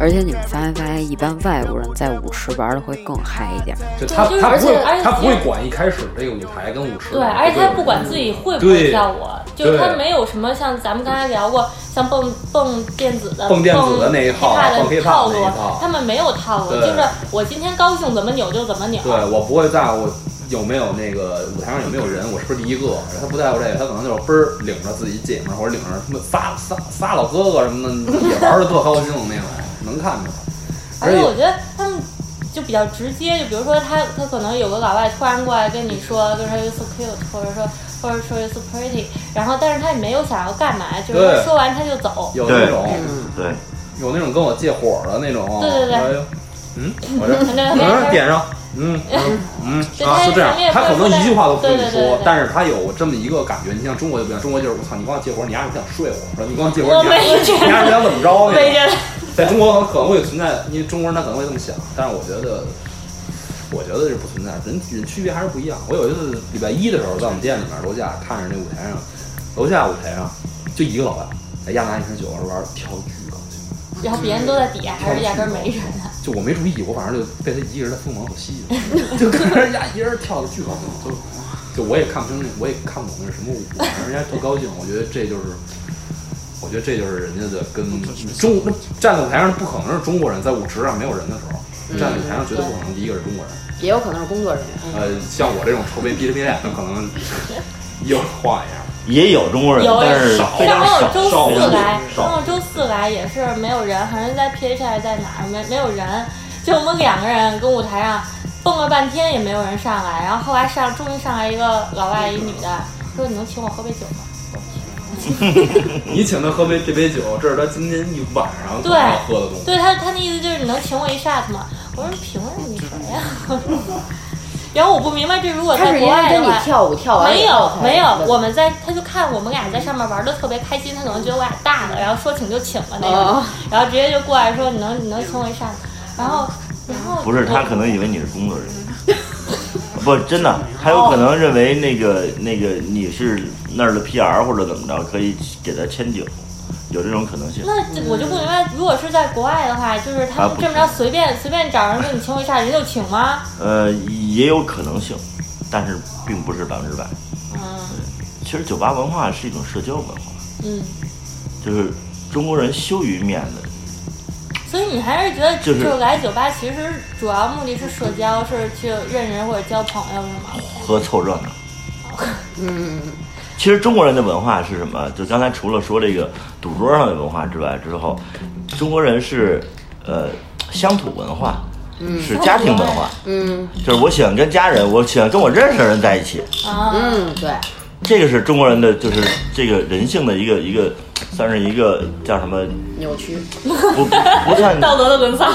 Speaker 1: 而且你们发没发现，一般外国人在舞池玩的会更嗨一点。
Speaker 5: 就他
Speaker 4: 就是
Speaker 5: 他不会
Speaker 4: 而且而且
Speaker 5: 他不会管一开始这个舞台跟舞池，
Speaker 4: 对，而且他不管自己会不会
Speaker 5: 对
Speaker 4: 跳舞，就是他
Speaker 5: 对
Speaker 4: 没有什么像咱们刚才聊过，像蹦蹦电子的、
Speaker 5: 蹦电子的那一套
Speaker 4: 蹦
Speaker 5: 蹦
Speaker 4: hiphop 的
Speaker 5: hiphop
Speaker 4: 套路
Speaker 5: 那一套，
Speaker 4: 他们没有套路，
Speaker 5: 对
Speaker 4: 就是我今天高兴怎么扭就怎么扭。
Speaker 5: 对我不会在乎有没有那个舞台上有没有人，我是不是第一个？他不在乎这个，他可能就是嘣儿领着自己姐们儿，或者领着他们仨仨仨老哥哥什么的，也玩的特高兴那种，能看出来。
Speaker 4: 而
Speaker 5: 而
Speaker 4: 且
Speaker 5: 且
Speaker 4: 我觉得他们就比较直接，就比如说他他可能有个老外突然过来跟你说，就是说 you so cute，或者说或者说 you so pretty，然后但是他也没有想要干嘛，就是说
Speaker 5: 对
Speaker 4: 说完他就走。
Speaker 5: 有那种
Speaker 6: 对，
Speaker 5: 有那种跟我借火的那种，
Speaker 4: 嗯对对对
Speaker 5: 哎呦，嗯，我这
Speaker 4: 对对
Speaker 5: 嗯
Speaker 4: 对
Speaker 5: 点上，嗯嗯嗯
Speaker 4: 对
Speaker 5: 啊，
Speaker 4: 他
Speaker 5: 就这样
Speaker 4: 他也，
Speaker 5: 他可能一句话都不
Speaker 4: 对
Speaker 5: 跟你
Speaker 4: 对对对
Speaker 5: 说
Speaker 4: 对，
Speaker 5: 但是他有这么一个感觉，你像中国就不一样，中国就是我操，你光借火，你丫是想睡我，说你光借火，
Speaker 4: 我
Speaker 5: 你丫
Speaker 4: 没觉得
Speaker 5: 你丫是想怎么着
Speaker 4: 没
Speaker 5: 呢？
Speaker 4: 觉得
Speaker 5: 在中国可能会存在，因为中国人他可能会这么想，但是我觉得。我觉得是不存在，人人区别还是不一样。我有一次礼拜一的时候，在我们店里面楼下看着那舞台上，楼下舞台上就一个老外，哎呀拿一瓶酒玩玩跳巨高兴。
Speaker 4: 然后别人都在底下，还是压根儿没人呢。
Speaker 5: 就我没注意，我反正就被他一个人的锋芒所吸引，就跟人家一人跳的巨高兴，就就我也看不清那，我也看不懂那是什么舞，反正人家特高兴。我觉得这就是，我觉得这就是人家的跟
Speaker 3: 嗯
Speaker 5: 中站在舞台上不可能是中国人，在舞池上没有人的时候，站在舞台上绝对不可能第一个是中国人。
Speaker 3: 也有可能是工作人员。
Speaker 5: 呃，像我这种臭被逼着逼脸的，可能有话一样。
Speaker 6: 也有中国人，
Speaker 4: 有
Speaker 6: 但是非
Speaker 4: 上
Speaker 6: 常
Speaker 4: 周周
Speaker 6: 少，少
Speaker 4: 四来，上
Speaker 6: 少。
Speaker 4: 周周四来也是没有人，好像在 PHI 在哪儿没没有人，就我们两个人跟舞台上蹦了半天也没有人上来，然后后来上终于上来一个老外一女的，说你能请我喝杯酒吗？
Speaker 5: 你请他喝杯这杯酒，这是他今天一晚上可
Speaker 4: 对
Speaker 5: 能要喝的东西。
Speaker 4: 对他他那意思就是你能请我一 shot 吗？我说凭什么你谁呀、 <laughs> 然后我不明白这如果
Speaker 3: 他
Speaker 4: 在
Speaker 3: 是
Speaker 4: 国
Speaker 3: 因为
Speaker 4: 外的
Speaker 3: 跟你
Speaker 4: 话。
Speaker 3: 跳舞跳完
Speaker 4: 没
Speaker 3: 以后
Speaker 4: 有
Speaker 3: 才
Speaker 4: 没有，我们在他就看我们俩在上面玩的特别开心，他可能觉得我俩大了，然后说请就请了那种
Speaker 3: 哦，
Speaker 4: 然后直接就过来说你能你能请我一上，然后然后
Speaker 6: 不是，他可能以为你是工作人员。 <laughs> 不，真的，他有可能认为那个那个你是那儿的 PR 或者怎么着，可以给他签酒，有这种可能性。
Speaker 4: 那这我就不明白，如果是在国外的话，就是他
Speaker 6: 啊
Speaker 4: 们
Speaker 6: 不
Speaker 4: 这么着随便随便找人说你请我一下，人就请吗？
Speaker 6: 呃，也有可能性，但是并不是百分之百。
Speaker 4: 嗯
Speaker 6: 其实酒吧文化是一种社交文化，
Speaker 4: 嗯，
Speaker 6: 就是中国人羞于面子。
Speaker 4: 所以你还是觉得
Speaker 6: 就是
Speaker 4: 就来酒吧其实主要目的是社交，是去认人或者交朋友是吗？
Speaker 6: 喝凑热闹。
Speaker 3: <laughs> 嗯
Speaker 6: 其实中国人的文化是什么？就刚才除了说这个赌桌上的文化之外，之后，中国人是呃乡土文化，是家庭文化，
Speaker 3: 嗯
Speaker 6: 就是我喜欢跟家人，我喜欢跟我认识的人在一起，
Speaker 4: 啊，
Speaker 3: 嗯，对，
Speaker 6: 这个是中国人的，就是这个人性的一个一个，算是一个叫什么？
Speaker 3: 扭曲。
Speaker 6: 不不算
Speaker 4: 道德的沦丧。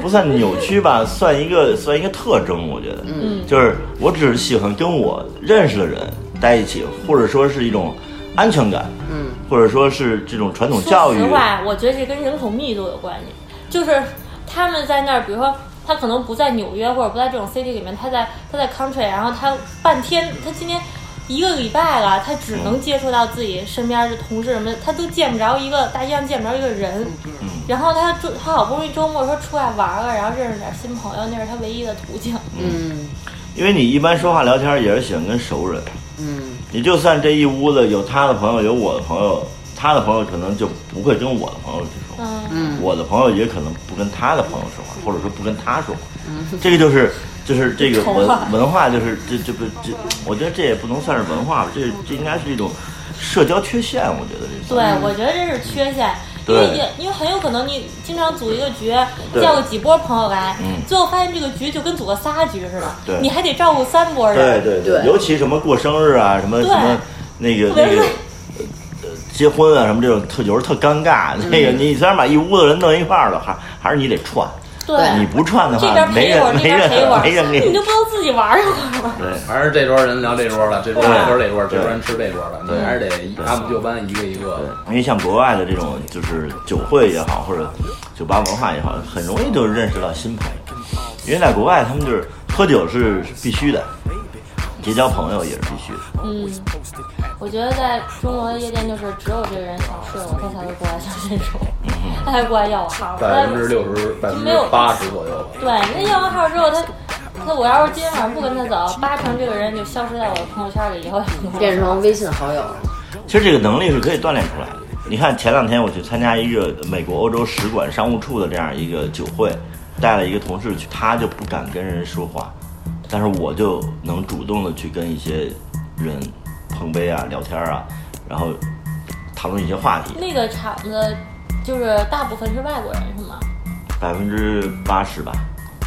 Speaker 6: 不算扭曲吧，算一个算一个特征，我觉得，嗯，就是我只是喜欢跟我认识的人待一起，或者说是一种安全感，嗯，或者说是这种传统教
Speaker 4: 说
Speaker 6: 育啊
Speaker 4: 实，话，我觉得这跟人口密度有关系，就是他们在那儿，比如说。他可能不在纽约或者不在这种 city 里面，他在他在 country，然后他半天，他今天一个礼拜了，他
Speaker 6: 嗯
Speaker 4: 只能接触到自己身边的同事什么的，他都见不着一个大街上见不着一个人。
Speaker 6: 嗯
Speaker 4: 然后他周他好不容易周末说出来玩了，然后认识点新朋友，那是他唯一的途径。
Speaker 3: 嗯
Speaker 6: 因为你一般说话聊天也是喜欢跟熟人，嗯，你就算这一屋子有他的朋友，有我的朋友，他的朋友可能就不会跟我的朋友去说话，嗯，我的朋友也可能不跟他的朋友说话，
Speaker 4: 嗯
Speaker 6: 或者说不跟他说话，这个就是就是这个文文化，就是这这不这，我觉得这也不能算是文化吧，这这应该是一种社交缺陷，我觉得这
Speaker 4: 对
Speaker 6: 算，
Speaker 4: 我觉得这是缺陷。因
Speaker 6: 对
Speaker 4: 为也因为很有可能你经常组一个局，
Speaker 6: 对
Speaker 4: 叫个几波朋友来，
Speaker 6: 嗯
Speaker 4: 最后发现这个局就跟组个仨局似
Speaker 6: 对
Speaker 4: 的，你还得照顾三波
Speaker 6: 对
Speaker 4: 人。
Speaker 6: 对
Speaker 3: 对
Speaker 6: 尤其什么过生日啊，什么什
Speaker 4: 对
Speaker 6: 么那个
Speaker 4: 特别
Speaker 6: 那个
Speaker 4: 累
Speaker 6: 呃呃结婚啊，什么这种特有时候特尴尬。
Speaker 4: 嗯
Speaker 6: 那个你虽然把一屋子人弄一块儿了，还还是你得串，
Speaker 4: 对
Speaker 6: 你不串的
Speaker 4: 这
Speaker 6: 话
Speaker 4: 边，
Speaker 6: 没
Speaker 4: 陪一会儿，那
Speaker 6: 人没
Speaker 4: 边陪一会
Speaker 6: 人没
Speaker 4: 儿，
Speaker 6: 人给
Speaker 4: 你
Speaker 6: 你
Speaker 4: 就。不能自己玩一会儿吗？
Speaker 6: 对
Speaker 5: 反正这桌人聊这桌了，这桌
Speaker 6: 对
Speaker 5: 人吃这桌，这桌人吃这桌了，你还是得按部就班，一个一个的。
Speaker 6: 因为像国外的这种就是酒会也好，或者酒吧文化也好，很容易就认识到新朋友。因为在国外，他们就是喝酒是必须的，结交朋友也是必须的。
Speaker 4: 嗯， <laughs> 我觉得在中国的夜店就是只有这个人想睡我，他才会过来想伸手，他才过来要我号。
Speaker 5: 百分之六十、百分之八十左右吧。
Speaker 4: 对，那要完号之后，他他我要是今天晚上不跟他走，八成这个人就消失在我的朋友圈里，以后也不会
Speaker 3: 变成微信好友了。
Speaker 6: 其实这个能力是可以锻炼出来的。你看前两天我去参加一个美国欧洲使馆商务处的这样一个酒会，带了一个同事去，他就不敢跟人说话，但是我就能主动的去跟一些人碰杯啊、聊天啊，然后讨论一些话题，
Speaker 4: 那个场子就是大部分是外国人，是吗？
Speaker 6: 百分之八十吧。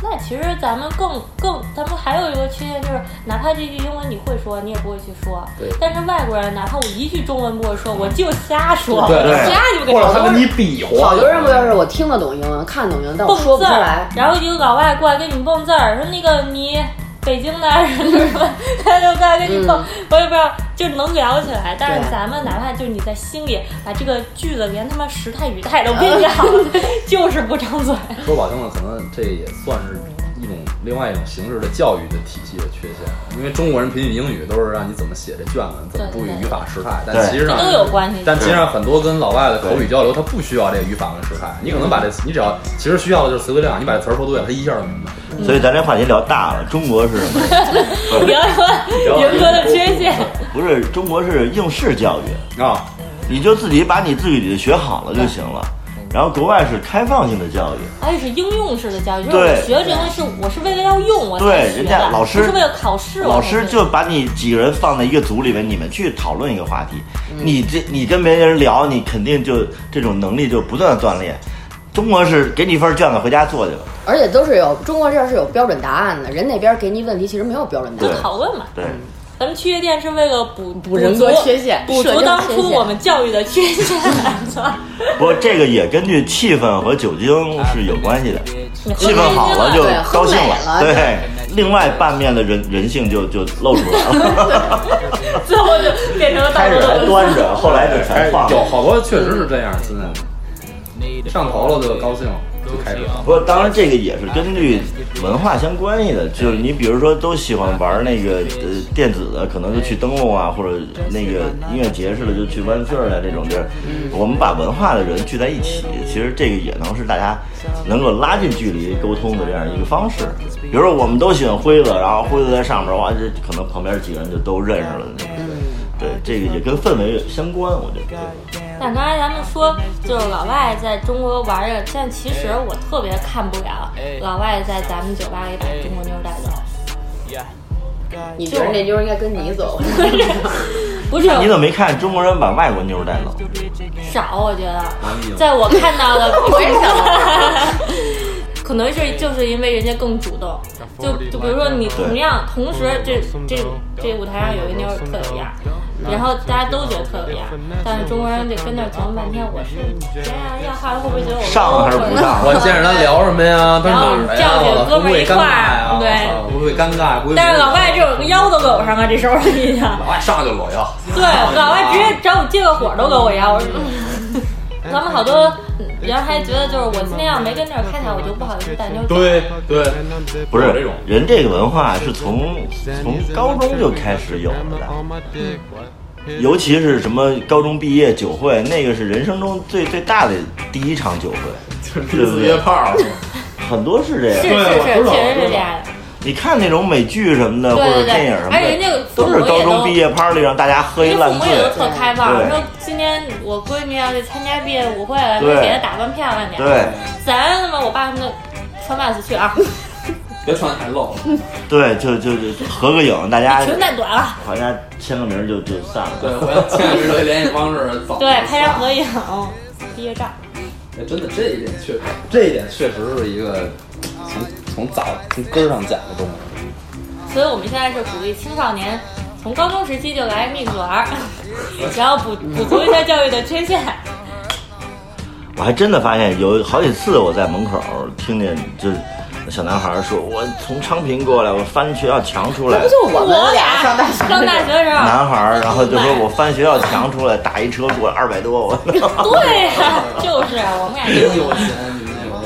Speaker 4: 那其实咱们更更，咱们还有一个缺陷就是，哪怕这句英文你会说，你也不会去说。
Speaker 5: 对嗯
Speaker 4: 但是外国人，哪怕我一句中文不会说，我就瞎说，
Speaker 5: 对对
Speaker 4: 瞎就给
Speaker 5: 或
Speaker 4: 说
Speaker 5: 者他跟你比划，
Speaker 3: 好多人不就是我听得懂英文，看得懂英文，但我
Speaker 4: 蹦
Speaker 3: 说不
Speaker 4: 字
Speaker 3: 出
Speaker 4: 儿
Speaker 3: 来，。
Speaker 4: 然后一个老外过来给你蹦字儿，说那个你北京的 <laughs> 还是什么，他就过来给你蹦，
Speaker 5: 嗯
Speaker 4: 我也不知道，就是能聊起来。但是
Speaker 3: 对
Speaker 4: 咱们哪怕就是你在心里把这个句子连他妈时态语态都
Speaker 5: 嗯
Speaker 4: 给你好了， <laughs> 就是不张
Speaker 5: <laughs>
Speaker 4: 嘴。
Speaker 5: 说不好听了，可能这也算是一种另外一种形式的教育的体系的缺陷。因为中国人评语英语都是让你怎么写这卷子，怎么注意语法时态，但
Speaker 6: 对
Speaker 5: 其实上
Speaker 4: 这都有关系
Speaker 5: 但其实上很多跟老外的口语交流，他不需要这个语法跟时态，你可能把这你只要其实需要的就是词汇量，你把这词儿说对了，他一下就明白。
Speaker 4: 嗯
Speaker 6: 所以咱这话题聊大了，中国是
Speaker 4: <laughs>
Speaker 6: 什么？
Speaker 4: 聊聊人格的缺陷，
Speaker 6: 不是中国是应试教育，
Speaker 5: 啊，
Speaker 6: 你就自己把你自己的学好了就行了。
Speaker 4: 嗯
Speaker 6: 然后国外是开放性的教育，
Speaker 4: 而且是应用式的教育，就是我
Speaker 6: 对
Speaker 4: 学这东西是我是为了要用我才
Speaker 6: 对
Speaker 4: 学
Speaker 6: 人家
Speaker 4: 的，
Speaker 6: 老师
Speaker 4: 不是为了考试。
Speaker 6: 老
Speaker 4: 我才
Speaker 6: 师
Speaker 4: 学
Speaker 6: 就把你几个人放在一个组里面，你们去讨论一个话题，
Speaker 4: 嗯
Speaker 6: 你这你跟别人聊，你肯定就这种能力就不断的锻炼。中国是给你一份卷子回家做去了，
Speaker 3: 而且都是有中国这儿是有标准答案的，人那边给你问题其实没有标准答
Speaker 4: 就
Speaker 3: 案
Speaker 6: 对。
Speaker 4: 讨论嘛。
Speaker 6: 对，
Speaker 4: 咱们去夜店是为了补
Speaker 3: 补人格缺陷
Speaker 4: 补
Speaker 3: 社
Speaker 4: 足
Speaker 3: 交
Speaker 4: 当
Speaker 3: 缺
Speaker 4: 初
Speaker 3: 陷
Speaker 4: 我们教育的缺
Speaker 3: <laughs>
Speaker 4: 陷。 <laughs>
Speaker 6: 不过这个也根据气氛和酒精是有关系
Speaker 4: 啊
Speaker 6: 的，
Speaker 4: 你喝
Speaker 6: 气氛好了就
Speaker 3: 对喝
Speaker 6: 高兴
Speaker 3: 美了
Speaker 6: 对，另外半面的人人性就就露出来了，
Speaker 4: 最后就变成了大
Speaker 5: <laughs> 开
Speaker 4: 舌
Speaker 5: 始
Speaker 4: 头
Speaker 6: 还端着，后来就全放
Speaker 5: 哎有
Speaker 6: 了。
Speaker 5: 好多确实是这样，现在上头了就高兴，就开始
Speaker 6: 不过，当然这个也是根据文化相关系的，就是你比如说都喜欢玩那个呃电子的，可能就去灯笼啊，或者那个音乐节似的就去万岁儿啊这种地儿。我们把文化的人聚在一起，其实这个也能是大家能够拉近距离沟通的这样一个方式。比如说我们都喜欢辉子，然后辉子在上边儿，哇，这可能旁边几个人就都认识了那种。对，这个也跟氛围相关，我觉得。
Speaker 4: 那刚才咱们说，就是老外在中国玩这个，但其实我特别看不了
Speaker 3: 哎
Speaker 4: 老外在咱们酒吧里把中国妞带走。
Speaker 6: 哎
Speaker 3: 你觉得那妞儿应该跟你走？
Speaker 4: <laughs> 不是
Speaker 6: 你怎么没看中国人把外国妞儿带走？
Speaker 4: 少，我觉得，在我看到的，我也想， <laughs> 可能是就是因为人家更主动，就就比如说你同样同时这这这舞台上有一个妞儿特有样儿，然后大家都觉得特有样儿，但是中国人得跟那儿琢磨半天，我是这样要号会不会觉得我
Speaker 6: 上还是不上？
Speaker 5: 我见着他聊什么呀？他
Speaker 4: 然后
Speaker 5: 哪儿的呀？
Speaker 4: 叫几个
Speaker 5: 我
Speaker 4: 哥们儿一
Speaker 5: 会不会尴
Speaker 4: 块
Speaker 5: 尬
Speaker 4: 儿
Speaker 5: 呀？
Speaker 4: 对
Speaker 5: 我操会不会尴尬？哎会不
Speaker 4: <laughs>
Speaker 5: 会
Speaker 4: 但是老外这有个腰都给我上啊，这时候你想，
Speaker 5: 老外上来就裸腰，
Speaker 4: 对，老外直接找我借个火都给我要，我说嗯咱们好多人还觉得就是我今天要没跟这儿开台，我就不好意思带妞儿。
Speaker 5: 对对，
Speaker 6: 不
Speaker 5: 有这
Speaker 6: 是
Speaker 5: 种，
Speaker 6: 人这个文化是从从高中就开始有的，尤其是什么高中毕业酒会，那个是人生中最最大的第一场酒会，
Speaker 5: 就是自约炮是吧？
Speaker 6: 很多是这
Speaker 4: 是
Speaker 6: 样。
Speaker 4: 是
Speaker 5: 对我
Speaker 4: 是，
Speaker 5: 知道
Speaker 4: 确实
Speaker 5: 我
Speaker 4: 是
Speaker 5: 知
Speaker 4: 这
Speaker 5: 道
Speaker 4: 样的。
Speaker 6: 你看那种美剧什么的，或
Speaker 4: 对
Speaker 6: 者
Speaker 4: 对对
Speaker 6: 电影什么
Speaker 4: 哎而人家
Speaker 6: 的，
Speaker 4: 父
Speaker 6: 都
Speaker 4: 母
Speaker 6: 是高
Speaker 4: 也
Speaker 6: 中
Speaker 4: 都
Speaker 6: 毕业 party 让大家喝一
Speaker 4: 人家父
Speaker 6: 烂
Speaker 4: 母也都
Speaker 6: 醉。
Speaker 4: 特开放，
Speaker 6: 对
Speaker 4: 说今天我闺女要去参加毕业舞会了，
Speaker 6: 对
Speaker 4: 说给她打扮漂亮点。
Speaker 6: 对
Speaker 4: 咱他妈我爸他们穿袜子去啊，
Speaker 9: 别穿太露。
Speaker 6: 对，就就就合个影，大家
Speaker 4: 裙太短了。
Speaker 6: 大家签个名儿就就散了。
Speaker 9: 对，我要现在知道联系方式，早
Speaker 4: 对，拍张合影，毕业照。
Speaker 5: 哎，真的这一点确，这一点确实是一个从从早从根儿上讲的东西。
Speaker 4: 所以我们现在是鼓励青少年从高中时期就来 mix 玩儿，然后补补足一下教育的缺陷。
Speaker 6: 我还真的发现有好几次我在门口听见，就是小男孩说：“我从昌平过来，我翻学校墙出来。
Speaker 1: 不”就我
Speaker 4: 我
Speaker 1: 们
Speaker 4: 俩
Speaker 1: 俩上大学
Speaker 4: 上大学的时候，
Speaker 6: 男孩儿，然后就说我翻学校墙出来，打一车过来二百多，我
Speaker 1: <laughs>
Speaker 4: 对呀、就是啊我们俩
Speaker 5: 真
Speaker 4: 就
Speaker 5: 有钱，你们那个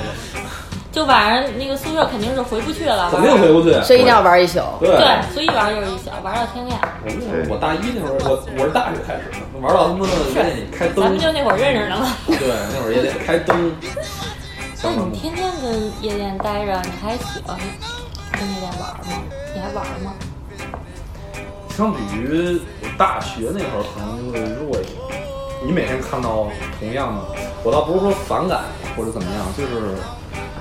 Speaker 4: 就晚上那个宿舍肯定是回不去了，
Speaker 5: 肯定回不去。
Speaker 1: <laughs> 所以一定要玩一
Speaker 3: <laughs>
Speaker 1: 宿。
Speaker 5: 对，
Speaker 4: 对，所以晚上就是一宿，玩到天亮。
Speaker 5: 我们我大一那会儿，我我是大学开始的，玩到他妈也得开
Speaker 4: 咱
Speaker 5: 灯
Speaker 4: 们，就那会儿认识的嘛。
Speaker 5: 对，那会儿也得开
Speaker 4: <laughs>
Speaker 5: 灯。
Speaker 4: 那你天天跟夜店待着，你还喜欢跟夜店玩吗？你还玩吗？
Speaker 5: 相比于我大学那会儿，可能就会弱一点。你每天看到同样的，我倒不是说反感或者怎么样，就是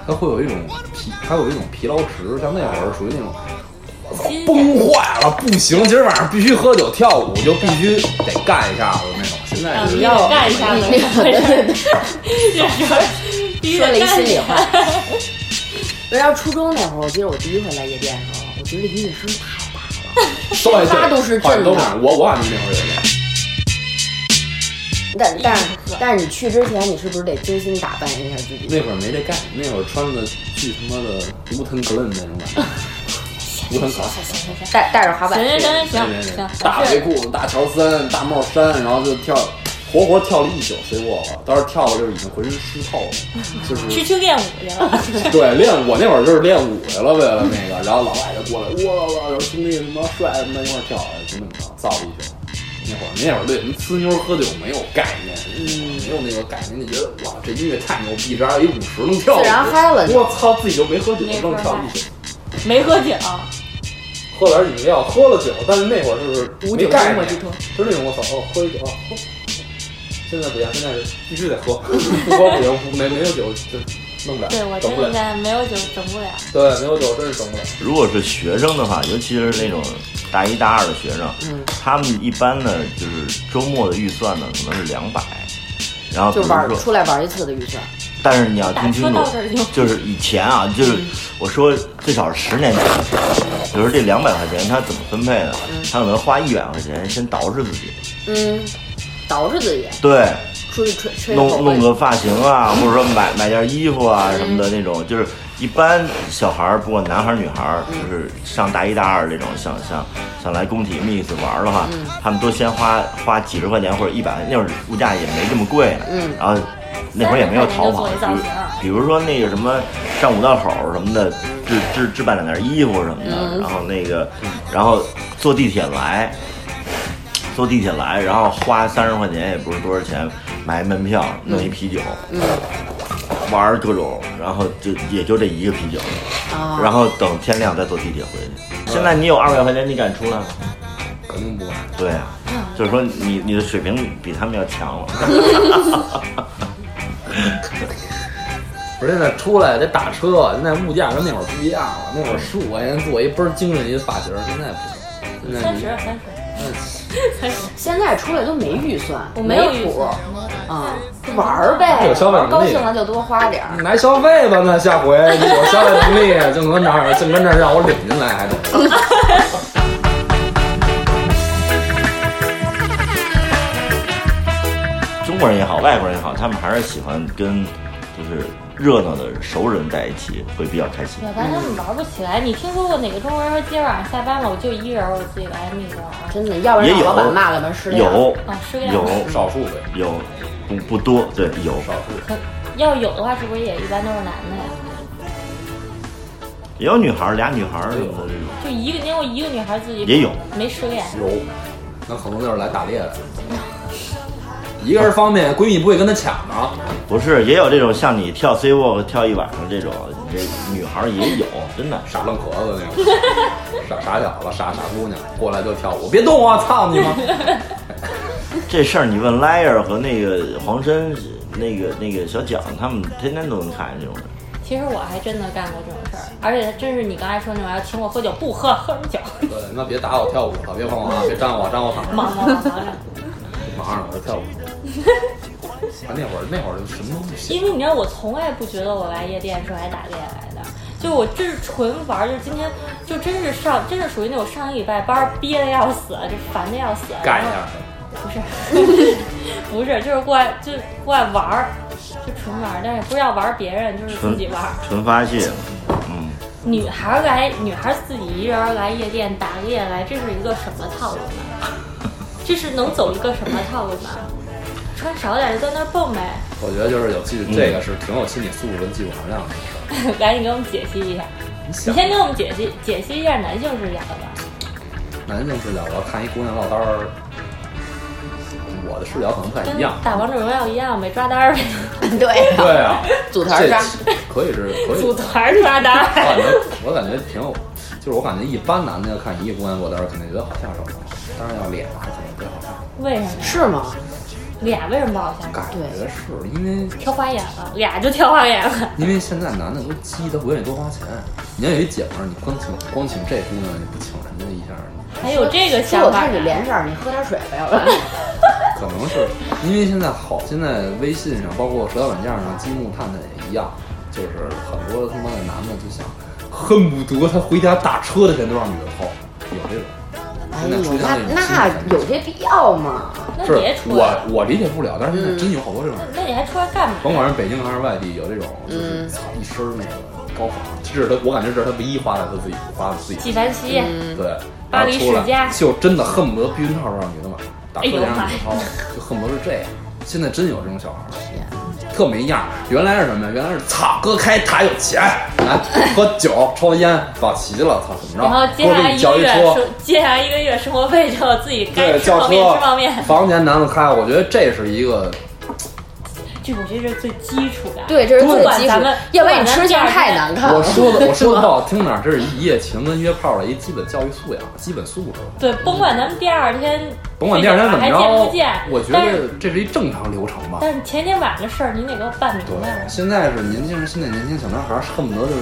Speaker 5: 它会有一种疲，它有一种疲劳值。像那会儿属于那种
Speaker 4: 新鲜。
Speaker 5: 崩坏了，不行，今儿晚上必须喝酒跳舞，就必须得干一下子那种。现在
Speaker 4: 啊，
Speaker 5: 是嗯
Speaker 4: 你要干一下子，
Speaker 1: 说
Speaker 4: 说
Speaker 1: 了一心里
Speaker 3: <laughs>
Speaker 1: 话。我到初中那会儿，我记得我第一回来夜店的时候，我觉得音乐声太大了。八
Speaker 5: 都爱
Speaker 1: 度是震的
Speaker 5: 我我俺们那会儿也这样。
Speaker 1: 但但是但是你去之前，你是不是得精心打扮一下自己？
Speaker 5: 那会儿没这概念，那会儿穿的巨他妈的乌腾格伦那种感觉，乌 <laughs> 腾格伦。
Speaker 1: 带带着滑板
Speaker 4: 行行
Speaker 1: 鞋，
Speaker 4: 行
Speaker 5: 对
Speaker 4: 行
Speaker 5: 对
Speaker 4: 行
Speaker 5: 对，大围裤、大乔三、大帽衫，然后就跳，活活跳了一宿随我了。当时跳的就是已经浑身湿透了，就是
Speaker 4: 去去练舞去了。
Speaker 5: 对练我那会儿就是练舞去了，为了那个，然后老外就过来，哇哇，有兄弟他妈帅什么的，一块儿跳，哎就那么着造了一宿。那会儿那会儿对呲妞喝酒没有概念，没有那个概念，就觉得哇这音乐太牛逼，这还有一舞池能跳舞，
Speaker 1: 自然嗨了就
Speaker 5: 我操，自己就没喝酒，
Speaker 4: 那
Speaker 5: 愣
Speaker 4: 会儿
Speaker 5: 跳一宿。
Speaker 4: 没喝酒，
Speaker 5: 喝点饮料，喝了酒，但是那会儿就是
Speaker 1: 无
Speaker 5: 没
Speaker 1: 酒
Speaker 5: 概
Speaker 1: 精莫
Speaker 5: 念，
Speaker 1: 吉托。
Speaker 5: 就是那种我操，哦，喝一酒啊，喝。现在不一样，现在是必须得喝， <laughs> 不喝不行，不没没有酒就弄不了
Speaker 4: 对我，
Speaker 5: 整
Speaker 4: 真
Speaker 5: 不
Speaker 4: 的
Speaker 5: 了。
Speaker 4: 在没有酒整不了。
Speaker 5: 对，没有酒真是整不了。
Speaker 6: 如果是学生的话，尤其是那种大一大二的学生，
Speaker 1: 嗯
Speaker 6: 他们一般呢就是周末的预算呢可能是两百，然后比
Speaker 1: 就
Speaker 6: 如
Speaker 1: 玩
Speaker 6: 说
Speaker 1: 出来玩一次的预算，
Speaker 6: 但是你要
Speaker 4: 打
Speaker 6: 听
Speaker 4: 车
Speaker 6: 清楚
Speaker 4: 到这儿就，
Speaker 6: 就是以前啊，就是我说最少是十年前的事儿，就是这两百块钱他怎么分配呢？他可能花一百块钱先捯饬自己，
Speaker 1: 嗯，捯饬自己，
Speaker 6: 对，
Speaker 1: 出去吹吹口
Speaker 6: 弄弄
Speaker 1: 味。
Speaker 6: 个发型
Speaker 4: <laughs>
Speaker 6: 啊，或者说买买件衣服啊什么的那种，就是一般小孩儿，不管男孩儿女孩儿，就是上大一大二这种，想想想来工体 mix 玩儿的
Speaker 4: 嗯
Speaker 6: 话，他们都先花花几十块钱或者一百，那会儿物价也没这么贵呢，然后。那会儿也没有淘宝，
Speaker 4: 嗯30块钱就做一造型啊
Speaker 6: 比如比如说那个什么上五道口什么的，置置置办两件衣服什么
Speaker 4: 嗯
Speaker 6: 的，然后那个，然后坐地铁来，坐地铁来，然后花三十块钱也不是多少钱，买门票
Speaker 3: 嗯
Speaker 6: 弄一啤酒，玩儿各种，然后就也就这一个啤酒，
Speaker 3: 哦
Speaker 6: 然后等天亮再坐地铁回
Speaker 3: 嗯
Speaker 6: 去。现在你有二百块钱，你敢出来吗？
Speaker 5: 肯定不玩。
Speaker 6: 对啊，就是说你你的水平比他们要
Speaker 3: <laughs>
Speaker 6: 强了。
Speaker 5: 不是现在出来得打车，啊现在物价跟那会儿不一样了。那会儿十五块钱做一倍儿精神一的发型，现在不行。现在
Speaker 4: 三
Speaker 5: 你
Speaker 4: 十三十，
Speaker 1: 现在出来都没预算，
Speaker 4: 我没有预
Speaker 1: 谱
Speaker 4: 算。
Speaker 1: 啊，玩儿呗，
Speaker 5: 有消费能力
Speaker 1: 高兴了就多花点儿。
Speaker 5: 你来消费吧，那下回你有消费能力， <laughs> 净搁那儿净搁那儿让我领进来还得。
Speaker 6: 中国人也好，外国人也好，他们还是喜欢跟就是热闹的熟人在一起会比较开心。
Speaker 4: 要不然他们玩不起来。你听说过哪个中国人说今晚上下班了我就一人儿，我自己来那个玩儿？
Speaker 3: 真的，要不然
Speaker 6: 也有
Speaker 3: 让老板骂了哦吧，是的。
Speaker 6: 有
Speaker 4: 啊是这样
Speaker 6: 有
Speaker 5: 少数呗，
Speaker 6: 有不不多，对有
Speaker 3: 哦
Speaker 5: 少数。
Speaker 4: 可要有的话，是不是也一般都是男的呀？
Speaker 6: 也有女孩儿俩女孩儿什么的这种。
Speaker 4: 就一个，因为我一个女孩自己
Speaker 6: 也有
Speaker 4: 没失恋，
Speaker 5: 有，那可能就是来打猎的。一个人方便，闺蜜不会跟他抢啊吗？
Speaker 6: 不是，也有这种像你跳 C walk 跳一晚上这种，这女孩儿也有，真的。
Speaker 5: 傻愣壳子那种，傻傻小子，傻傻姑娘过来就跳舞，别动啊！操你妈！
Speaker 6: 这事儿你问 Liar 和那个黄申、那个那个小蒋，他们天天都能看见这种人。
Speaker 4: 其实我还真的干过这种事儿，而且真是你刚才说那种要请我喝酒，不喝，喝什么酒？
Speaker 6: <laughs>
Speaker 5: 对，他妈别打我跳舞了，别碰我啊！别粘我，粘我躺着，
Speaker 4: 忙忙忙忙着。
Speaker 5: 马上我就跳舞。啊，那会儿那会儿就什么都
Speaker 4: 因为你知道，我从来不觉得我来夜店是来打猎来的，就我这是纯玩儿，就是今天就真是上，真是属于那种上个礼拜班儿憋的要死，就烦的要死，
Speaker 5: 干一
Speaker 4: 然后
Speaker 5: 下。
Speaker 4: 不是， <laughs> 不是，就是过来就是过来玩儿，就纯玩儿，但是不是要玩儿别人，就是自
Speaker 6: 纯
Speaker 4: 己玩儿。
Speaker 6: 纯发泄，嗯，
Speaker 4: 女孩儿来，女孩儿自己一人儿来夜店打猎来，这是一个什么套路呢？这是能走一个什么套路呢？穿少点就在那儿蹦呗。 <laughs>
Speaker 5: 我觉得就是有技术，这个是挺有心理素质跟技术含量的一个事儿。
Speaker 4: 来，你给我们解析一下。
Speaker 5: 你
Speaker 4: 你
Speaker 5: 想，
Speaker 4: 先给我们解析解析一下男性视角吧。
Speaker 5: 男性视角，我要看一姑娘落单儿，我的视角可能不太
Speaker 4: 跟
Speaker 5: 一样。
Speaker 4: 打王者荣耀一样，没抓
Speaker 3: <laughs>
Speaker 4: 单儿呗，
Speaker 3: 对呀，
Speaker 5: 对啊，
Speaker 3: 组团
Speaker 5: 这
Speaker 3: 杀
Speaker 5: 可以是
Speaker 4: <laughs>
Speaker 5: 可以
Speaker 4: 组团儿抓单
Speaker 5: 我感
Speaker 4: 儿。
Speaker 5: 觉我感觉挺有，就是我感觉一般男的要看一姑娘落单，肯定觉得好下手，当然要脸啊了，肯定不好看。
Speaker 4: 为什么呀？
Speaker 3: 是吗？
Speaker 4: 俩为什么不好相处？
Speaker 5: 感觉是因为
Speaker 4: 挑花眼了，俩就挑花眼了。
Speaker 5: 因为现在男的都鸡，他不愿意多花钱。你要有一姐们儿，你光请光请这姑娘，你不请人家一下，
Speaker 4: 还有这个
Speaker 3: 说我
Speaker 4: 想法
Speaker 3: 看，你脸色儿，你喝点水吧，要不然。
Speaker 5: 可能是因为现在好，现在微信上包括社交软件上，积木探探也一样，就是很多他妈的男的就想恨不得他回家打车的钱都让女的掏，有这种。
Speaker 3: 哎
Speaker 5: 现在
Speaker 3: 呦
Speaker 5: 出现，
Speaker 3: 那
Speaker 5: 了一
Speaker 3: 那
Speaker 5: 种新的
Speaker 3: 有这必要吗？
Speaker 4: 那
Speaker 5: 是
Speaker 4: 别嗯出来
Speaker 5: 我。我理解不了，但是现在真有好多这种人。
Speaker 4: 那你还出来干嘛？
Speaker 5: 甭管是北京还是外地，有这种
Speaker 4: 嗯
Speaker 5: 就是操一身儿那个高仿，这是他，我感觉这是他唯一花的，他自己花的自己
Speaker 4: 纪梵希，
Speaker 3: 嗯
Speaker 5: 对。
Speaker 4: 嗯巴黎
Speaker 5: 然后出来
Speaker 4: 世家
Speaker 5: 就真的恨不得避孕套都让女的买，打车也让
Speaker 4: 哎
Speaker 5: 女的
Speaker 4: 呦
Speaker 5: 掏，就恨不得是这样。现在真有这种小孩儿，特没样儿。原来是什么呀？原来是操，哥开他有钱，来喝酒抽烟，保齐了，操怎么着？
Speaker 4: 然后接下来一
Speaker 5: 给我
Speaker 4: 个月
Speaker 5: 给你叫一车，
Speaker 4: 生，接下来一个月生活费就自己该
Speaker 5: 对，
Speaker 4: 吃
Speaker 5: 叫
Speaker 4: 泡面吃泡面
Speaker 5: 车，。房钱男的开，我觉得这是一个
Speaker 4: 这我觉得这是最基础的。
Speaker 3: 对，这是最
Speaker 4: 不管
Speaker 3: 基础
Speaker 4: 咱们，，
Speaker 3: 要不然你吃相太难看
Speaker 5: 我
Speaker 3: 了。
Speaker 5: 说的我说的不好听点儿，这是一夜情跟约炮的一基本教育素养、基本素质。
Speaker 4: 对，甭管咱们第二天，
Speaker 5: 甭管第二天怎么着
Speaker 4: 还见不见，，
Speaker 5: 我觉
Speaker 4: 但是
Speaker 5: 得这是一正常流程吧。
Speaker 4: 但是前天晚上的事儿，你得给我办明
Speaker 5: 对
Speaker 4: 白，了，
Speaker 5: 现在是年轻人，现在年轻小男孩儿恨不得就是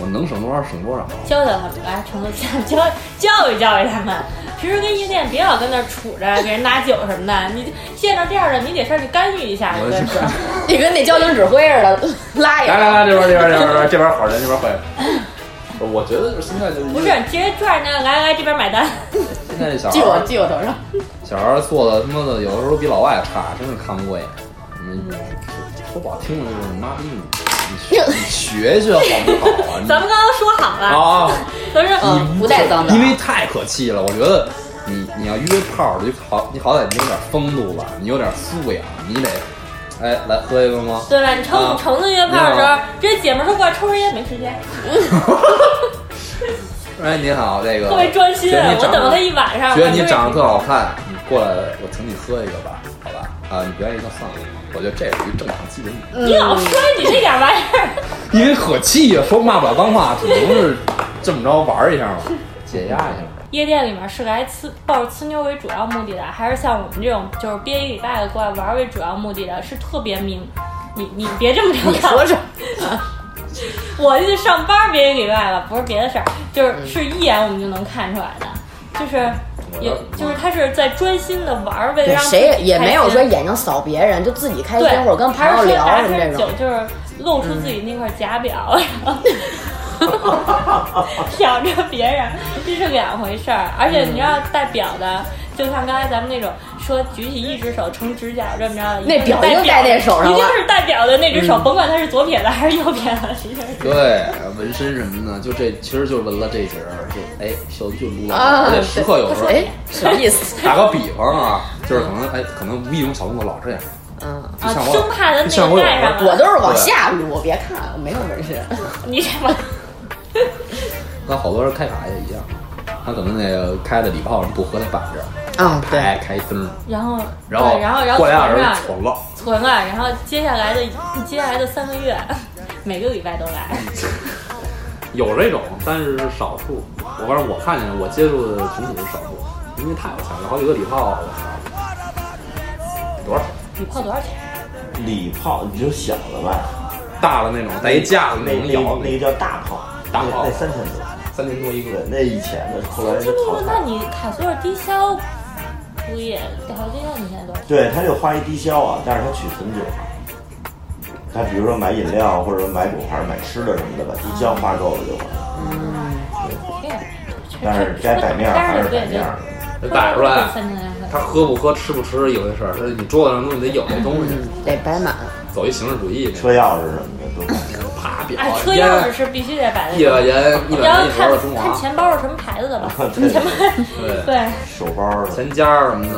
Speaker 5: 我能省多少省多少。
Speaker 4: 教教他们，来成都教教教育教育他们。平时跟夜店别老跟那儿杵着，给人拿酒什么的，你见着这样的，你得上去干预一下，
Speaker 5: 我
Speaker 4: 对
Speaker 5: 是
Speaker 4: 不对？
Speaker 3: 你跟那交警指挥似的，拉一
Speaker 5: 来
Speaker 3: 下。
Speaker 5: 来来，这边这边这边这边好人，这边坏人。我觉得就是现在就是
Speaker 4: <laughs> 不是，直接拽着那来来这边买单。
Speaker 5: 现在这小孩
Speaker 3: 记我
Speaker 5: 儿
Speaker 3: 记我头上，
Speaker 5: 小孩儿做的他妈的有的时候比老外差，真是看不过眼。嗯，说不好听的就是妈逼你，你学你学学好不好啊？你
Speaker 4: 咱们刚刚说好了，
Speaker 5: 啊。
Speaker 4: 咱说
Speaker 3: 嗯，不带脏的。
Speaker 5: 因为太可气了，我觉得你你要约炮，你好你好歹你有点风度吧，你有点素养，你得，哎，来喝一个吗？
Speaker 4: 对吧？你
Speaker 5: 啊
Speaker 4: 成橙子约炮的时候，这姐们儿说过来抽根烟，没时
Speaker 5: <laughs>
Speaker 4: 间，
Speaker 5: 哎，你好，这个
Speaker 4: 特别专心。啊
Speaker 5: 觉得你
Speaker 4: 我
Speaker 5: 长
Speaker 4: 等
Speaker 5: 得
Speaker 4: 了她一晚上，
Speaker 5: 觉得你
Speaker 4: 我就是
Speaker 5: 长得特好看，你过来，我请你喝一个吧，好吧？啊，你不愿意就算了。我觉得这属于正常基本礼仪，
Speaker 4: 你老摔你这点玩意儿， <laughs>
Speaker 5: 因为可气呀，说骂不了脏话，只能是这么着玩一下嘛，解压一下。
Speaker 4: 夜店里面是来呲抱着呲妞为主要目的的，还是像我们这种就是憋一礼拜的过来玩为主要目的的，是特别明。你你别这么着看，我我就是上班憋一礼拜了，不是别的事儿，
Speaker 5: 嗯
Speaker 4: 就是是一眼我们就能看出来的，就是也就是他是在专心的玩，为了
Speaker 3: 对，
Speaker 4: 让自己
Speaker 3: 谁也
Speaker 4: 开
Speaker 3: 没有
Speaker 4: 心
Speaker 3: 说眼睛扫别人，就自己开心
Speaker 4: 对，
Speaker 3: 或者跟朋友聊
Speaker 4: 还
Speaker 3: 什
Speaker 4: 是
Speaker 3: 么
Speaker 4: 说拿
Speaker 3: 这
Speaker 4: 着
Speaker 3: 种
Speaker 4: 酒。就是露出自己那块假表，然
Speaker 3: 嗯
Speaker 4: <laughs>
Speaker 3: 嗯
Speaker 4: 后瞟着别人，这是两回事儿。而且你知道戴表的，就像刚才咱们那种说举起一只手成指甲这么着，
Speaker 3: 那表
Speaker 4: 一定
Speaker 3: 就在那手上了嗯
Speaker 4: 一定是代表的那只手，甭管他是左撇子还是右撇子，一定是
Speaker 5: 对，纹身什么的，就这其实就纹了这节儿，就哎，小就撸了，
Speaker 3: 啊
Speaker 5: 而且时刻有时候。
Speaker 3: 哎，什么意思？
Speaker 5: 打个比方啊，就是可能哎，可能无意中小动作老是这样，
Speaker 3: 嗯，
Speaker 5: 就
Speaker 4: 啊，
Speaker 5: 像我
Speaker 4: 生怕他
Speaker 5: 就
Speaker 4: 那
Speaker 5: 像我
Speaker 4: 个
Speaker 5: 有
Speaker 4: 带
Speaker 5: 时候
Speaker 4: 上
Speaker 3: 我
Speaker 4: 了，
Speaker 3: 都是往下撸，别看，我没有纹身。
Speaker 4: 你什
Speaker 3: <laughs>
Speaker 4: 么？
Speaker 5: 那好多人开卡也一样，啊他可能那个开的礼炮不合那板正，
Speaker 3: 嗯，
Speaker 5: 开开灯，
Speaker 4: 然后
Speaker 5: 然后
Speaker 4: 对然后然后
Speaker 5: 过俩
Speaker 4: 存
Speaker 5: 人
Speaker 4: 上
Speaker 5: 存了，
Speaker 4: 存了，然后接下来的接下来的三个月，每个礼拜都来。
Speaker 5: 有这种，但是是少数。我反正我看见我接触的群体是少数，因为太有钱了，好几个礼炮，我操，多少钱？
Speaker 4: 你泡多少钱？
Speaker 6: 礼炮你就小的吧，
Speaker 5: 大的哎那种带一架子
Speaker 6: 那
Speaker 5: 种
Speaker 6: 那
Speaker 5: 摇
Speaker 6: 那个叫大炮，
Speaker 5: 啊大炮
Speaker 6: 那
Speaker 5: 嗯
Speaker 6: 三千多，
Speaker 5: 三千多一
Speaker 6: 对
Speaker 5: 个，，
Speaker 6: 那以前的后来就
Speaker 4: 不
Speaker 6: 淘，汰
Speaker 4: 哎那
Speaker 6: 了。
Speaker 4: 你卡所有低消不也？好低消你现在多少？
Speaker 6: 对，他就花一低消啊，但是他取存酒。他比如说买饮料，或者买果盘、买吃的什么的，把低消花够了就完了。但是该摆面儿还是摆面儿，
Speaker 5: 得摆出来。
Speaker 4: 三千两百。
Speaker 5: 他喝不喝、吃不吃一回事儿，但是你桌子上东西得有这东西，
Speaker 4: 嗯
Speaker 3: 得摆满。
Speaker 5: 走一形式主义那种，
Speaker 6: 车钥匙什么的都摆上。
Speaker 5: 啪表
Speaker 4: 哎，车
Speaker 5: 烟
Speaker 4: 钥匙是必须得摆
Speaker 5: 一
Speaker 4: 的。
Speaker 5: 百元一
Speaker 4: 你要
Speaker 5: 百元一盒
Speaker 4: 看
Speaker 5: 的中
Speaker 4: 看
Speaker 5: 华，
Speaker 4: 钱包是什么牌子的吧？
Speaker 6: 对
Speaker 4: 钱包
Speaker 5: 对
Speaker 4: 对，
Speaker 6: 手包儿
Speaker 5: 钱夹儿什么的，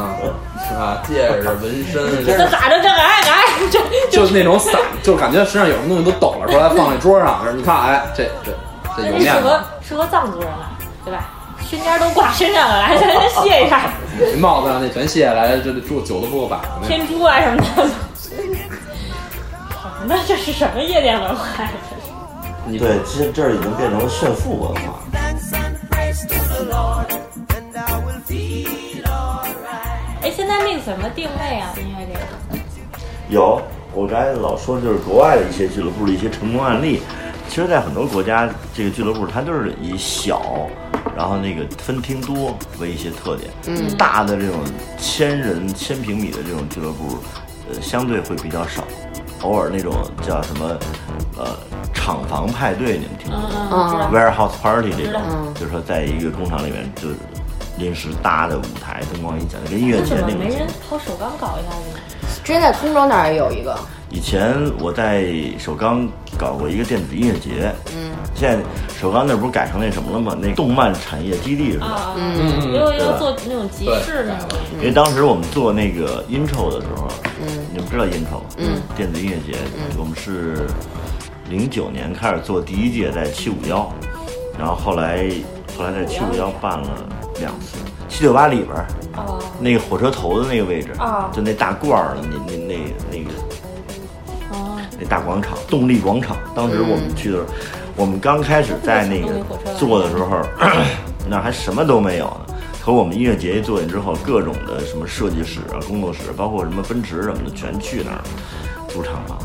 Speaker 5: 是吧？戒指、纹身，
Speaker 4: 这咋着？这来来，这
Speaker 5: 就是那种散，就是感觉身上有什么东西都抖了出来，放在桌上。你看，哎，这这这有
Speaker 4: 这适
Speaker 5: 面
Speaker 4: 合
Speaker 5: 子，
Speaker 4: 适合藏族人了，对嗯吧？胸尖都挂身上了，来，咱先卸一下，
Speaker 5: 这帽子上啊那全卸下来，这住酒都不够摆了那。
Speaker 4: 天珠啊什么的。好那这是什么夜店文化呀？这是
Speaker 5: 你
Speaker 6: 对，其实这已经变成了炫富文化。
Speaker 4: 哎，现在那个怎么定位啊？音乐这个。
Speaker 6: 有，我刚才老说就是国外的一些俱乐部的一些成功案例。其实，在很多国家，这个俱乐部它就是以小，然后那个分厅多为一些特点。嗯，大的这种千人、千平米的这种俱乐部，呃，相对会比较少。偶尔那种叫什么，呃，厂房派对，你们听过吗？
Speaker 4: 嗯嗯，知道。
Speaker 6: warehouse party 这种
Speaker 3: 嗯，
Speaker 6: 就是说在一个工厂里面就是临时搭的舞台，灯光音响，跟音乐
Speaker 4: 那怎
Speaker 6: 节
Speaker 4: 么
Speaker 6: 那种
Speaker 4: 没
Speaker 6: 节
Speaker 4: 人
Speaker 6: 目。
Speaker 4: 跑首钢搞一下子呢？
Speaker 3: 之前在通州那儿也有一个，
Speaker 6: 以前我在首钢搞过一个电子音乐节，嗯，现在首钢那不是改成那什么了吗？那动漫产业基地是吧？
Speaker 4: 啊，又又
Speaker 6: 嗯对
Speaker 4: 做那种集市那种。
Speaker 6: 因为当时我们做那个 intro 的时候，嗯，你们知道 intro 吗？嗯，电子音乐节，我们是零九年开始做第一届在七五幺，然后后来后来在七五幺办了两次，七九八里边儿，
Speaker 4: 哦，
Speaker 6: 那个火车头的那个位置
Speaker 4: 啊
Speaker 6: 就那大罐儿的那那那那个
Speaker 4: 哦，嗯
Speaker 6: 那大广场，动力广场。当时我们去的时候，我们刚开始在那个做的时候， <clears throat> 那还什么都没有呢。可我们音乐节一做完之后，各种的什么设计室啊、工作室，包括什么奔驰什么的，全去那儿租厂房。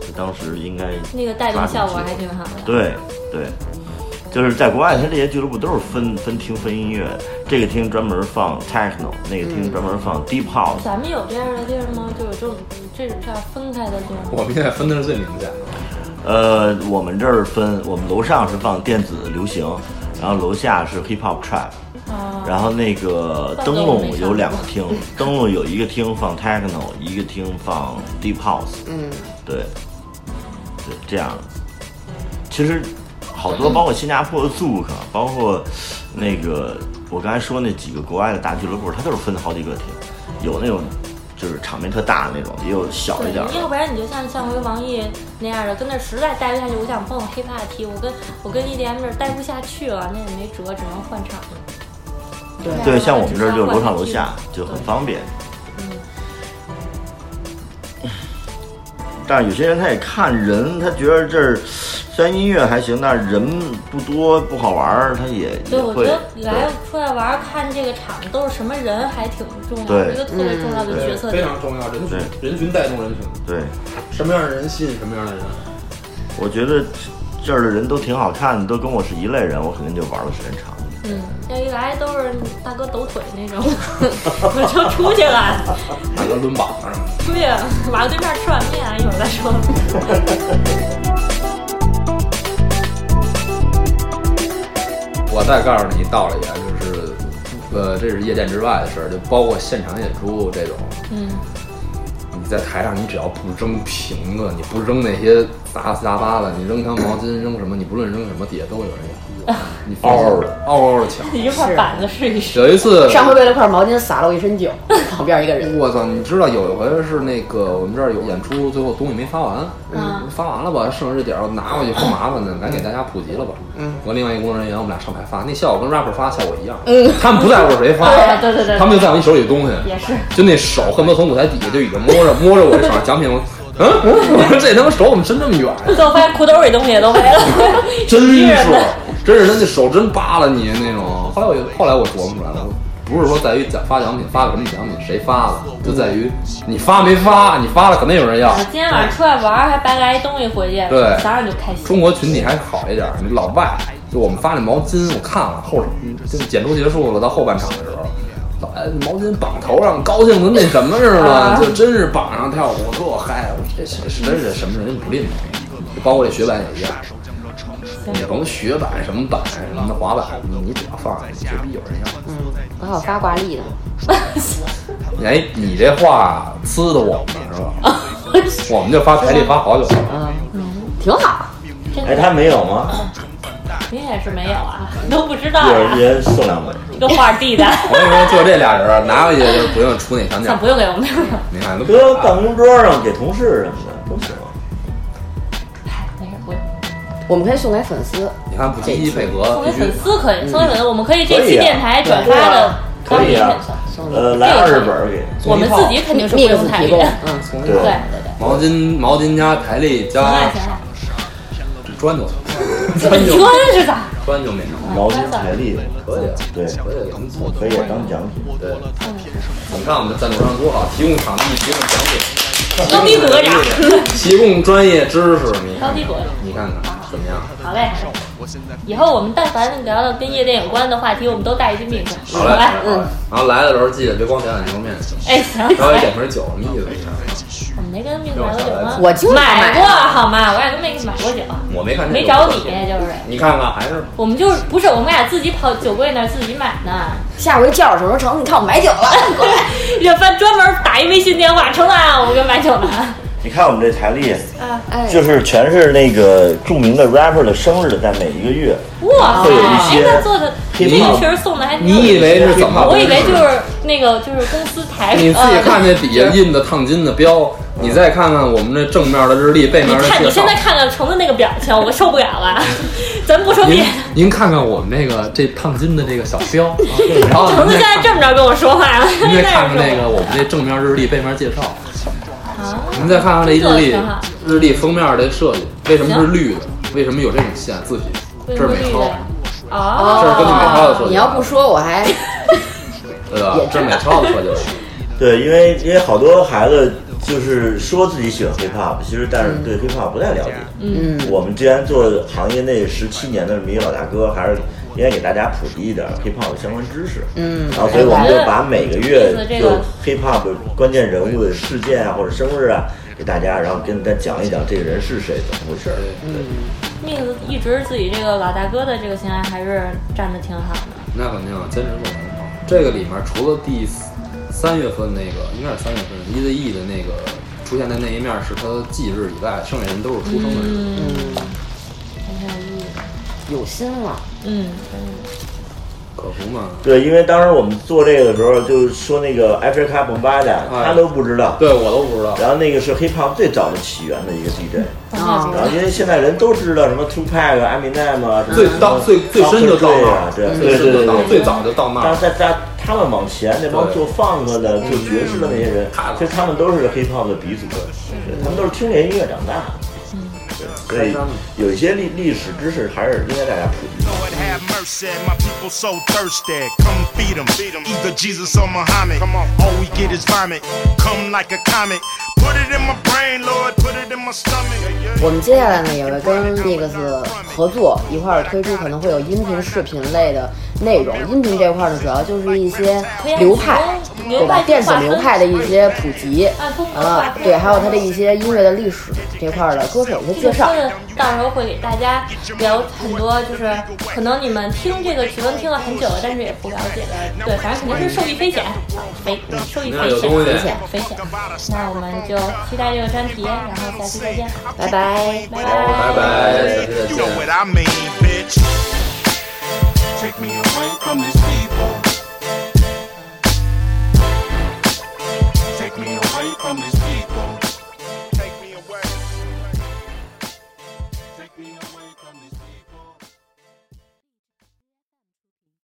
Speaker 6: 就当时应该
Speaker 4: 那个带动效果
Speaker 6: 抓住机
Speaker 4: 还
Speaker 6: 会
Speaker 4: 挺好的。
Speaker 6: 对对，就是在国外，它这些俱乐部都是分分厅分音乐，这个厅专门放 techno，那个厅专门放 deep house，
Speaker 4: 咱们有这样的地儿吗？就有这种这种叫分开的地儿吗？
Speaker 5: 我们现在分的是最明显的，
Speaker 6: 呃，我们这儿分，我们楼上是放电子流行，然后楼下是 hip hop trap，
Speaker 4: 啊，
Speaker 6: 然后那个灯笼有两个厅，灯笼有一个厅放 techno，一个厅放 deep house。嗯，对，对，这样。其实好多，包括新加坡的 Zouk，包括那个我刚才说那几个国外的大俱乐部，它都是分好几个厅，有那种就是场面特大的那种，也有小一
Speaker 4: 对
Speaker 6: 点儿，的。
Speaker 4: 要不然你就像像回王毅那样的，跟那儿实在待不下去，我想蹦 hiphop 踢，我跟我跟 EDM 这儿待不下去了，那也没辙，只能换场。
Speaker 6: 对，像我们这儿就楼上楼下就很方便。但是有些人他也看人，他觉得这儿虽然音乐还行，但是人不多不好玩儿，他也
Speaker 4: 对，
Speaker 6: 也
Speaker 4: 我觉
Speaker 6: 会
Speaker 4: 得来
Speaker 6: 对
Speaker 4: 出来玩儿看这个场都是什么人还挺重要的，
Speaker 6: 对
Speaker 4: 一个特别重要的角色
Speaker 5: 非
Speaker 4: 点。
Speaker 5: 常重要，人群
Speaker 6: 对
Speaker 5: 人群带动人群，
Speaker 6: 对。
Speaker 5: 什么样的人吸引什么样的人。
Speaker 6: 我觉得这儿的人都挺好看，都跟我是一类人，我肯定就玩的时间长。
Speaker 4: 嗯， <laughs> 要一来都是大哥抖腿那种，我就出去了。
Speaker 5: 哪个抡膀子什么的。
Speaker 4: 对，马路对面吃碗面，一会儿再说。
Speaker 5: 我再告诉你一道理啊，就是呃，这是夜店之外的事儿，就包括现场演出这种。嗯。你在台上，你只要不扔瓶子，你不扔那些杂七杂八的，你扔条毛巾，扔什么，你不论扔什么，底下都有人
Speaker 4: <laughs>
Speaker 5: 要。你嗷嗷的，嗷嗷的抢。
Speaker 4: 一块板子试一试。
Speaker 5: 有一次，
Speaker 3: 上回为了块毛巾洒了我一身酒，旁边一个人。
Speaker 5: 我操！你知道有一回是那个我们这儿有演出，最后东西没发完，嗯，发完了吧，剩这点儿我拿回去不麻烦呢，咱给大家普及了吧。嗯，我另外一个工作人员，我们俩上台发，那效果跟 rapper 发效果一样，嗯，他们不在乎是谁发，
Speaker 4: <laughs>
Speaker 5: <laughs>
Speaker 4: 对对对
Speaker 5: 他们就在乎你手里的东西，
Speaker 4: 也是，
Speaker 5: 就那手恨不得从舞台底下就已经摸着摸着我这手上奖品，我嗯，我说这他妈手怎么伸这么远呀？
Speaker 4: 最后发现裤兜里东西也都没
Speaker 6: <laughs>
Speaker 4: 了，
Speaker 5: 真是，啊真是他那手真扒拉你那种。后来我后来我琢磨出来了，不是说在于奖发奖品发给什么奖品谁发的，就在于你发没发，你发了肯定有人要
Speaker 4: 我。今天晚上出来玩儿还白来一东西回去， <laughs>
Speaker 5: 对
Speaker 4: 早上就开心。
Speaker 5: 中国群体还好一点，你老外就我们发那毛巾，我看了后就演出结束了，到后半场的时候。老外毛巾绑头上，高兴的那什么似的，就真是绑上跳舞，特嗨！我说这是真是什么人不吝的，就包括这雪板也一样，你甭雪板什么板什么的滑板，你只要放，就必有人要。
Speaker 3: 我还有发挂历的，
Speaker 5: 哎，你这话呲的我们是吧？我们就发台历发好久了，
Speaker 3: 挺好。
Speaker 6: 哎，他没有吗？
Speaker 4: 你也是没有啊，都不知道
Speaker 6: 一会儿直
Speaker 4: 啊，
Speaker 6: 接送两本。
Speaker 4: <laughs> 一个画地 <laughs> 的，
Speaker 5: 我跟你说，就这俩人儿拿回去就不用出那墙角
Speaker 4: 那，不用给我们 <laughs> 用了，
Speaker 5: 你看都
Speaker 6: 搁办公桌上给同事什么的都行。
Speaker 4: 没事，不用。
Speaker 3: 我们可以送给粉丝，
Speaker 5: 你看不积极配合
Speaker 4: 送，给
Speaker 5: 必须
Speaker 4: 粉丝可以，送给粉丝，我们可以这
Speaker 6: 嗯可以
Speaker 4: 期
Speaker 6: 啊
Speaker 4: 电台转发的
Speaker 6: 可以啊
Speaker 4: 当时
Speaker 6: 呃，来二十本儿给。
Speaker 4: 我们自己肯定是不
Speaker 3: mix
Speaker 4: 用太
Speaker 3: 提
Speaker 4: 多
Speaker 3: 供，
Speaker 4: 对
Speaker 3: 嗯，
Speaker 4: 对
Speaker 6: 对，
Speaker 4: 对，
Speaker 5: 毛巾毛巾加台历
Speaker 4: 行
Speaker 5: 加
Speaker 4: 了行了，
Speaker 5: 砖头，
Speaker 4: 你
Speaker 5: 砖就
Speaker 4: 说是咋？
Speaker 5: 砖就没有，
Speaker 6: 毛巾台历，
Speaker 5: 可以啊，
Speaker 6: 对，
Speaker 5: 可以啊，
Speaker 6: 可以当奖品。
Speaker 5: 对。你看我们的赞助商多好，提供场地，提供奖品，
Speaker 4: 高低鼓个掌，
Speaker 5: 提供专业知识，你
Speaker 4: <laughs> 高
Speaker 5: 看
Speaker 4: 低
Speaker 5: 看
Speaker 4: 鼓个掌。
Speaker 5: 你看看怎么样？
Speaker 4: 好嘞，以后我们但凡聊到跟夜店有关的话题，我们都带一斤饼干。
Speaker 5: 好嘞，嗯
Speaker 4: 吧嗯
Speaker 5: 好嘞，然后来的时候记得别光点碗牛肉面，
Speaker 4: 哎，行，
Speaker 5: 稍微
Speaker 4: 哎
Speaker 5: 点瓶酒，什么意思？
Speaker 4: 我们没跟命买过酒吗？
Speaker 3: 我经常
Speaker 4: 啊买
Speaker 3: 买
Speaker 4: 过，好吗？我俩都没买过酒，啊
Speaker 5: 我没看见，
Speaker 4: 没找你，就是
Speaker 5: 你看看还是
Speaker 4: 我们就是不是我们俩自己跑酒柜那儿自己买呢。 <laughs>
Speaker 3: 下回叫什么成？你看我买酒了，过来。
Speaker 4: 要翻专门打一微信电话，成啊，我跟买酒呢。
Speaker 6: 你看我们这台历，
Speaker 4: 啊
Speaker 3: 哎，
Speaker 6: 就是全是那个著名的 rapper 的生日，在每一个月。
Speaker 4: 哇塞
Speaker 6: 会有一，些
Speaker 4: 哎，那做的这
Speaker 6: 你
Speaker 4: 个确实送的还挺有
Speaker 5: 你以为是怎么？
Speaker 4: 我以为就是那个就是公司台，
Speaker 5: 你自己
Speaker 4: 呃
Speaker 5: 看这底下印的烫金的标，你再看看我们这正面的日历，背面
Speaker 4: 你
Speaker 5: 的
Speaker 4: 看，
Speaker 5: 介
Speaker 4: 你现
Speaker 5: 绍
Speaker 4: 在。看看橙子那个表情，我受不了了。咱不说别
Speaker 5: 您
Speaker 4: 的，
Speaker 5: 您看看我们这个这烫金的这个小标，
Speaker 4: <laughs>
Speaker 5: 啊然后
Speaker 4: 橙子
Speaker 5: 您
Speaker 4: 现
Speaker 5: 再
Speaker 4: 在这么着跟我说话了，
Speaker 5: 您再
Speaker 4: <laughs>
Speaker 5: 看
Speaker 4: 真
Speaker 5: 看
Speaker 4: 的
Speaker 5: 那
Speaker 4: 是
Speaker 5: 个我们这正面日历背面介绍，
Speaker 4: 啊，
Speaker 5: 您再看看这
Speaker 4: 这
Speaker 5: 日历
Speaker 4: 挺好
Speaker 5: 日历封面的设计，为什么是绿的？为什么有这种线字体？这是美
Speaker 4: 绿
Speaker 5: 钞
Speaker 4: 的，啊哦，
Speaker 5: 这是根据美钞的设计，
Speaker 3: 你要不说我还
Speaker 5: 对吧？这是美钞的设计。
Speaker 6: 对，因为因为好多孩子就是说自己喜欢 hip hop，其实但是对 hip hop 不太了解。嗯，我们既然做行业内十七年的迷老大哥，还是应该给大家普及一点 hip hop 的相关知识。嗯，然后所以我们就把每个
Speaker 4: 哎
Speaker 6: 月
Speaker 4: 我觉得这
Speaker 6: 就
Speaker 4: 个
Speaker 6: hip hop 的关键人物的事件啊或者生日啊给大家，然后跟大家讲一讲这个人是谁，怎么回事儿。
Speaker 4: 那个一直自己这个老大哥的这个形象还是站的挺好的。
Speaker 5: 那肯定啊，坚持做很好。这个里面除了第四三月份那个，应该是三月份 E Z E 的那个出现的那一面是他的忌日以外，剩下人都是出生的
Speaker 4: 嗯
Speaker 5: 人。
Speaker 3: 有心了，
Speaker 4: 嗯，
Speaker 5: 可不嘛？
Speaker 6: 对，因为当时我们做这个的时候，就说那个 Africa Bombada，他
Speaker 5: 哎
Speaker 6: 都不知道。
Speaker 5: 对我都不知道。
Speaker 6: 然后那个是 hip hop 最早的起源的一个 DJ。
Speaker 4: 啊
Speaker 6: 然后因为现在人都知道什么 Tupac 啊、Eminem 啊，
Speaker 5: 最到最最深就到那儿，
Speaker 6: 对
Speaker 5: 最
Speaker 6: 对
Speaker 5: 深
Speaker 6: 对
Speaker 5: 就到
Speaker 6: 对，
Speaker 5: 最早就到那
Speaker 6: 当
Speaker 5: 儿
Speaker 6: 时。在在他们往前那帮做 funk 的、做爵士的那些人，其实他们都是 hip hop 的鼻祖，对他们都是听着音乐长大的。对所以有一些历历史知识还是应该大家普及。
Speaker 10: Lord have mercy, my people so thirsty. Come feed them, either Jesus or Muhammad. All we get is vomit, come like a comet. Put it in my brain, Lord, put it in my stomach. Yeah,
Speaker 3: 我们接下来呢也会跟 Nix 合作，一块儿推出可能会有音频、视频类的内容。音频这块呢，主要就是一些流派，对吧？电子流派的一些普及，啊，对，还有它的一些音乐的历史这块儿的歌手的介绍。
Speaker 4: 到时候会给大家聊很多，就是可能你们听这个曲风听了很久了，但是也不了解的，对，反正肯定是受益匪浅，啊，匪受益匪
Speaker 9: 有东西
Speaker 4: 浅，匪浅。那我们就期待这个专题，然后下期再见，
Speaker 3: 拜拜。
Speaker 4: 拜拜。
Speaker 9: 拜拜，下
Speaker 10: You
Speaker 9: 期再
Speaker 10: know
Speaker 9: 见。
Speaker 10: what I mean, bitch. Take me away from these people. Take me away from these people.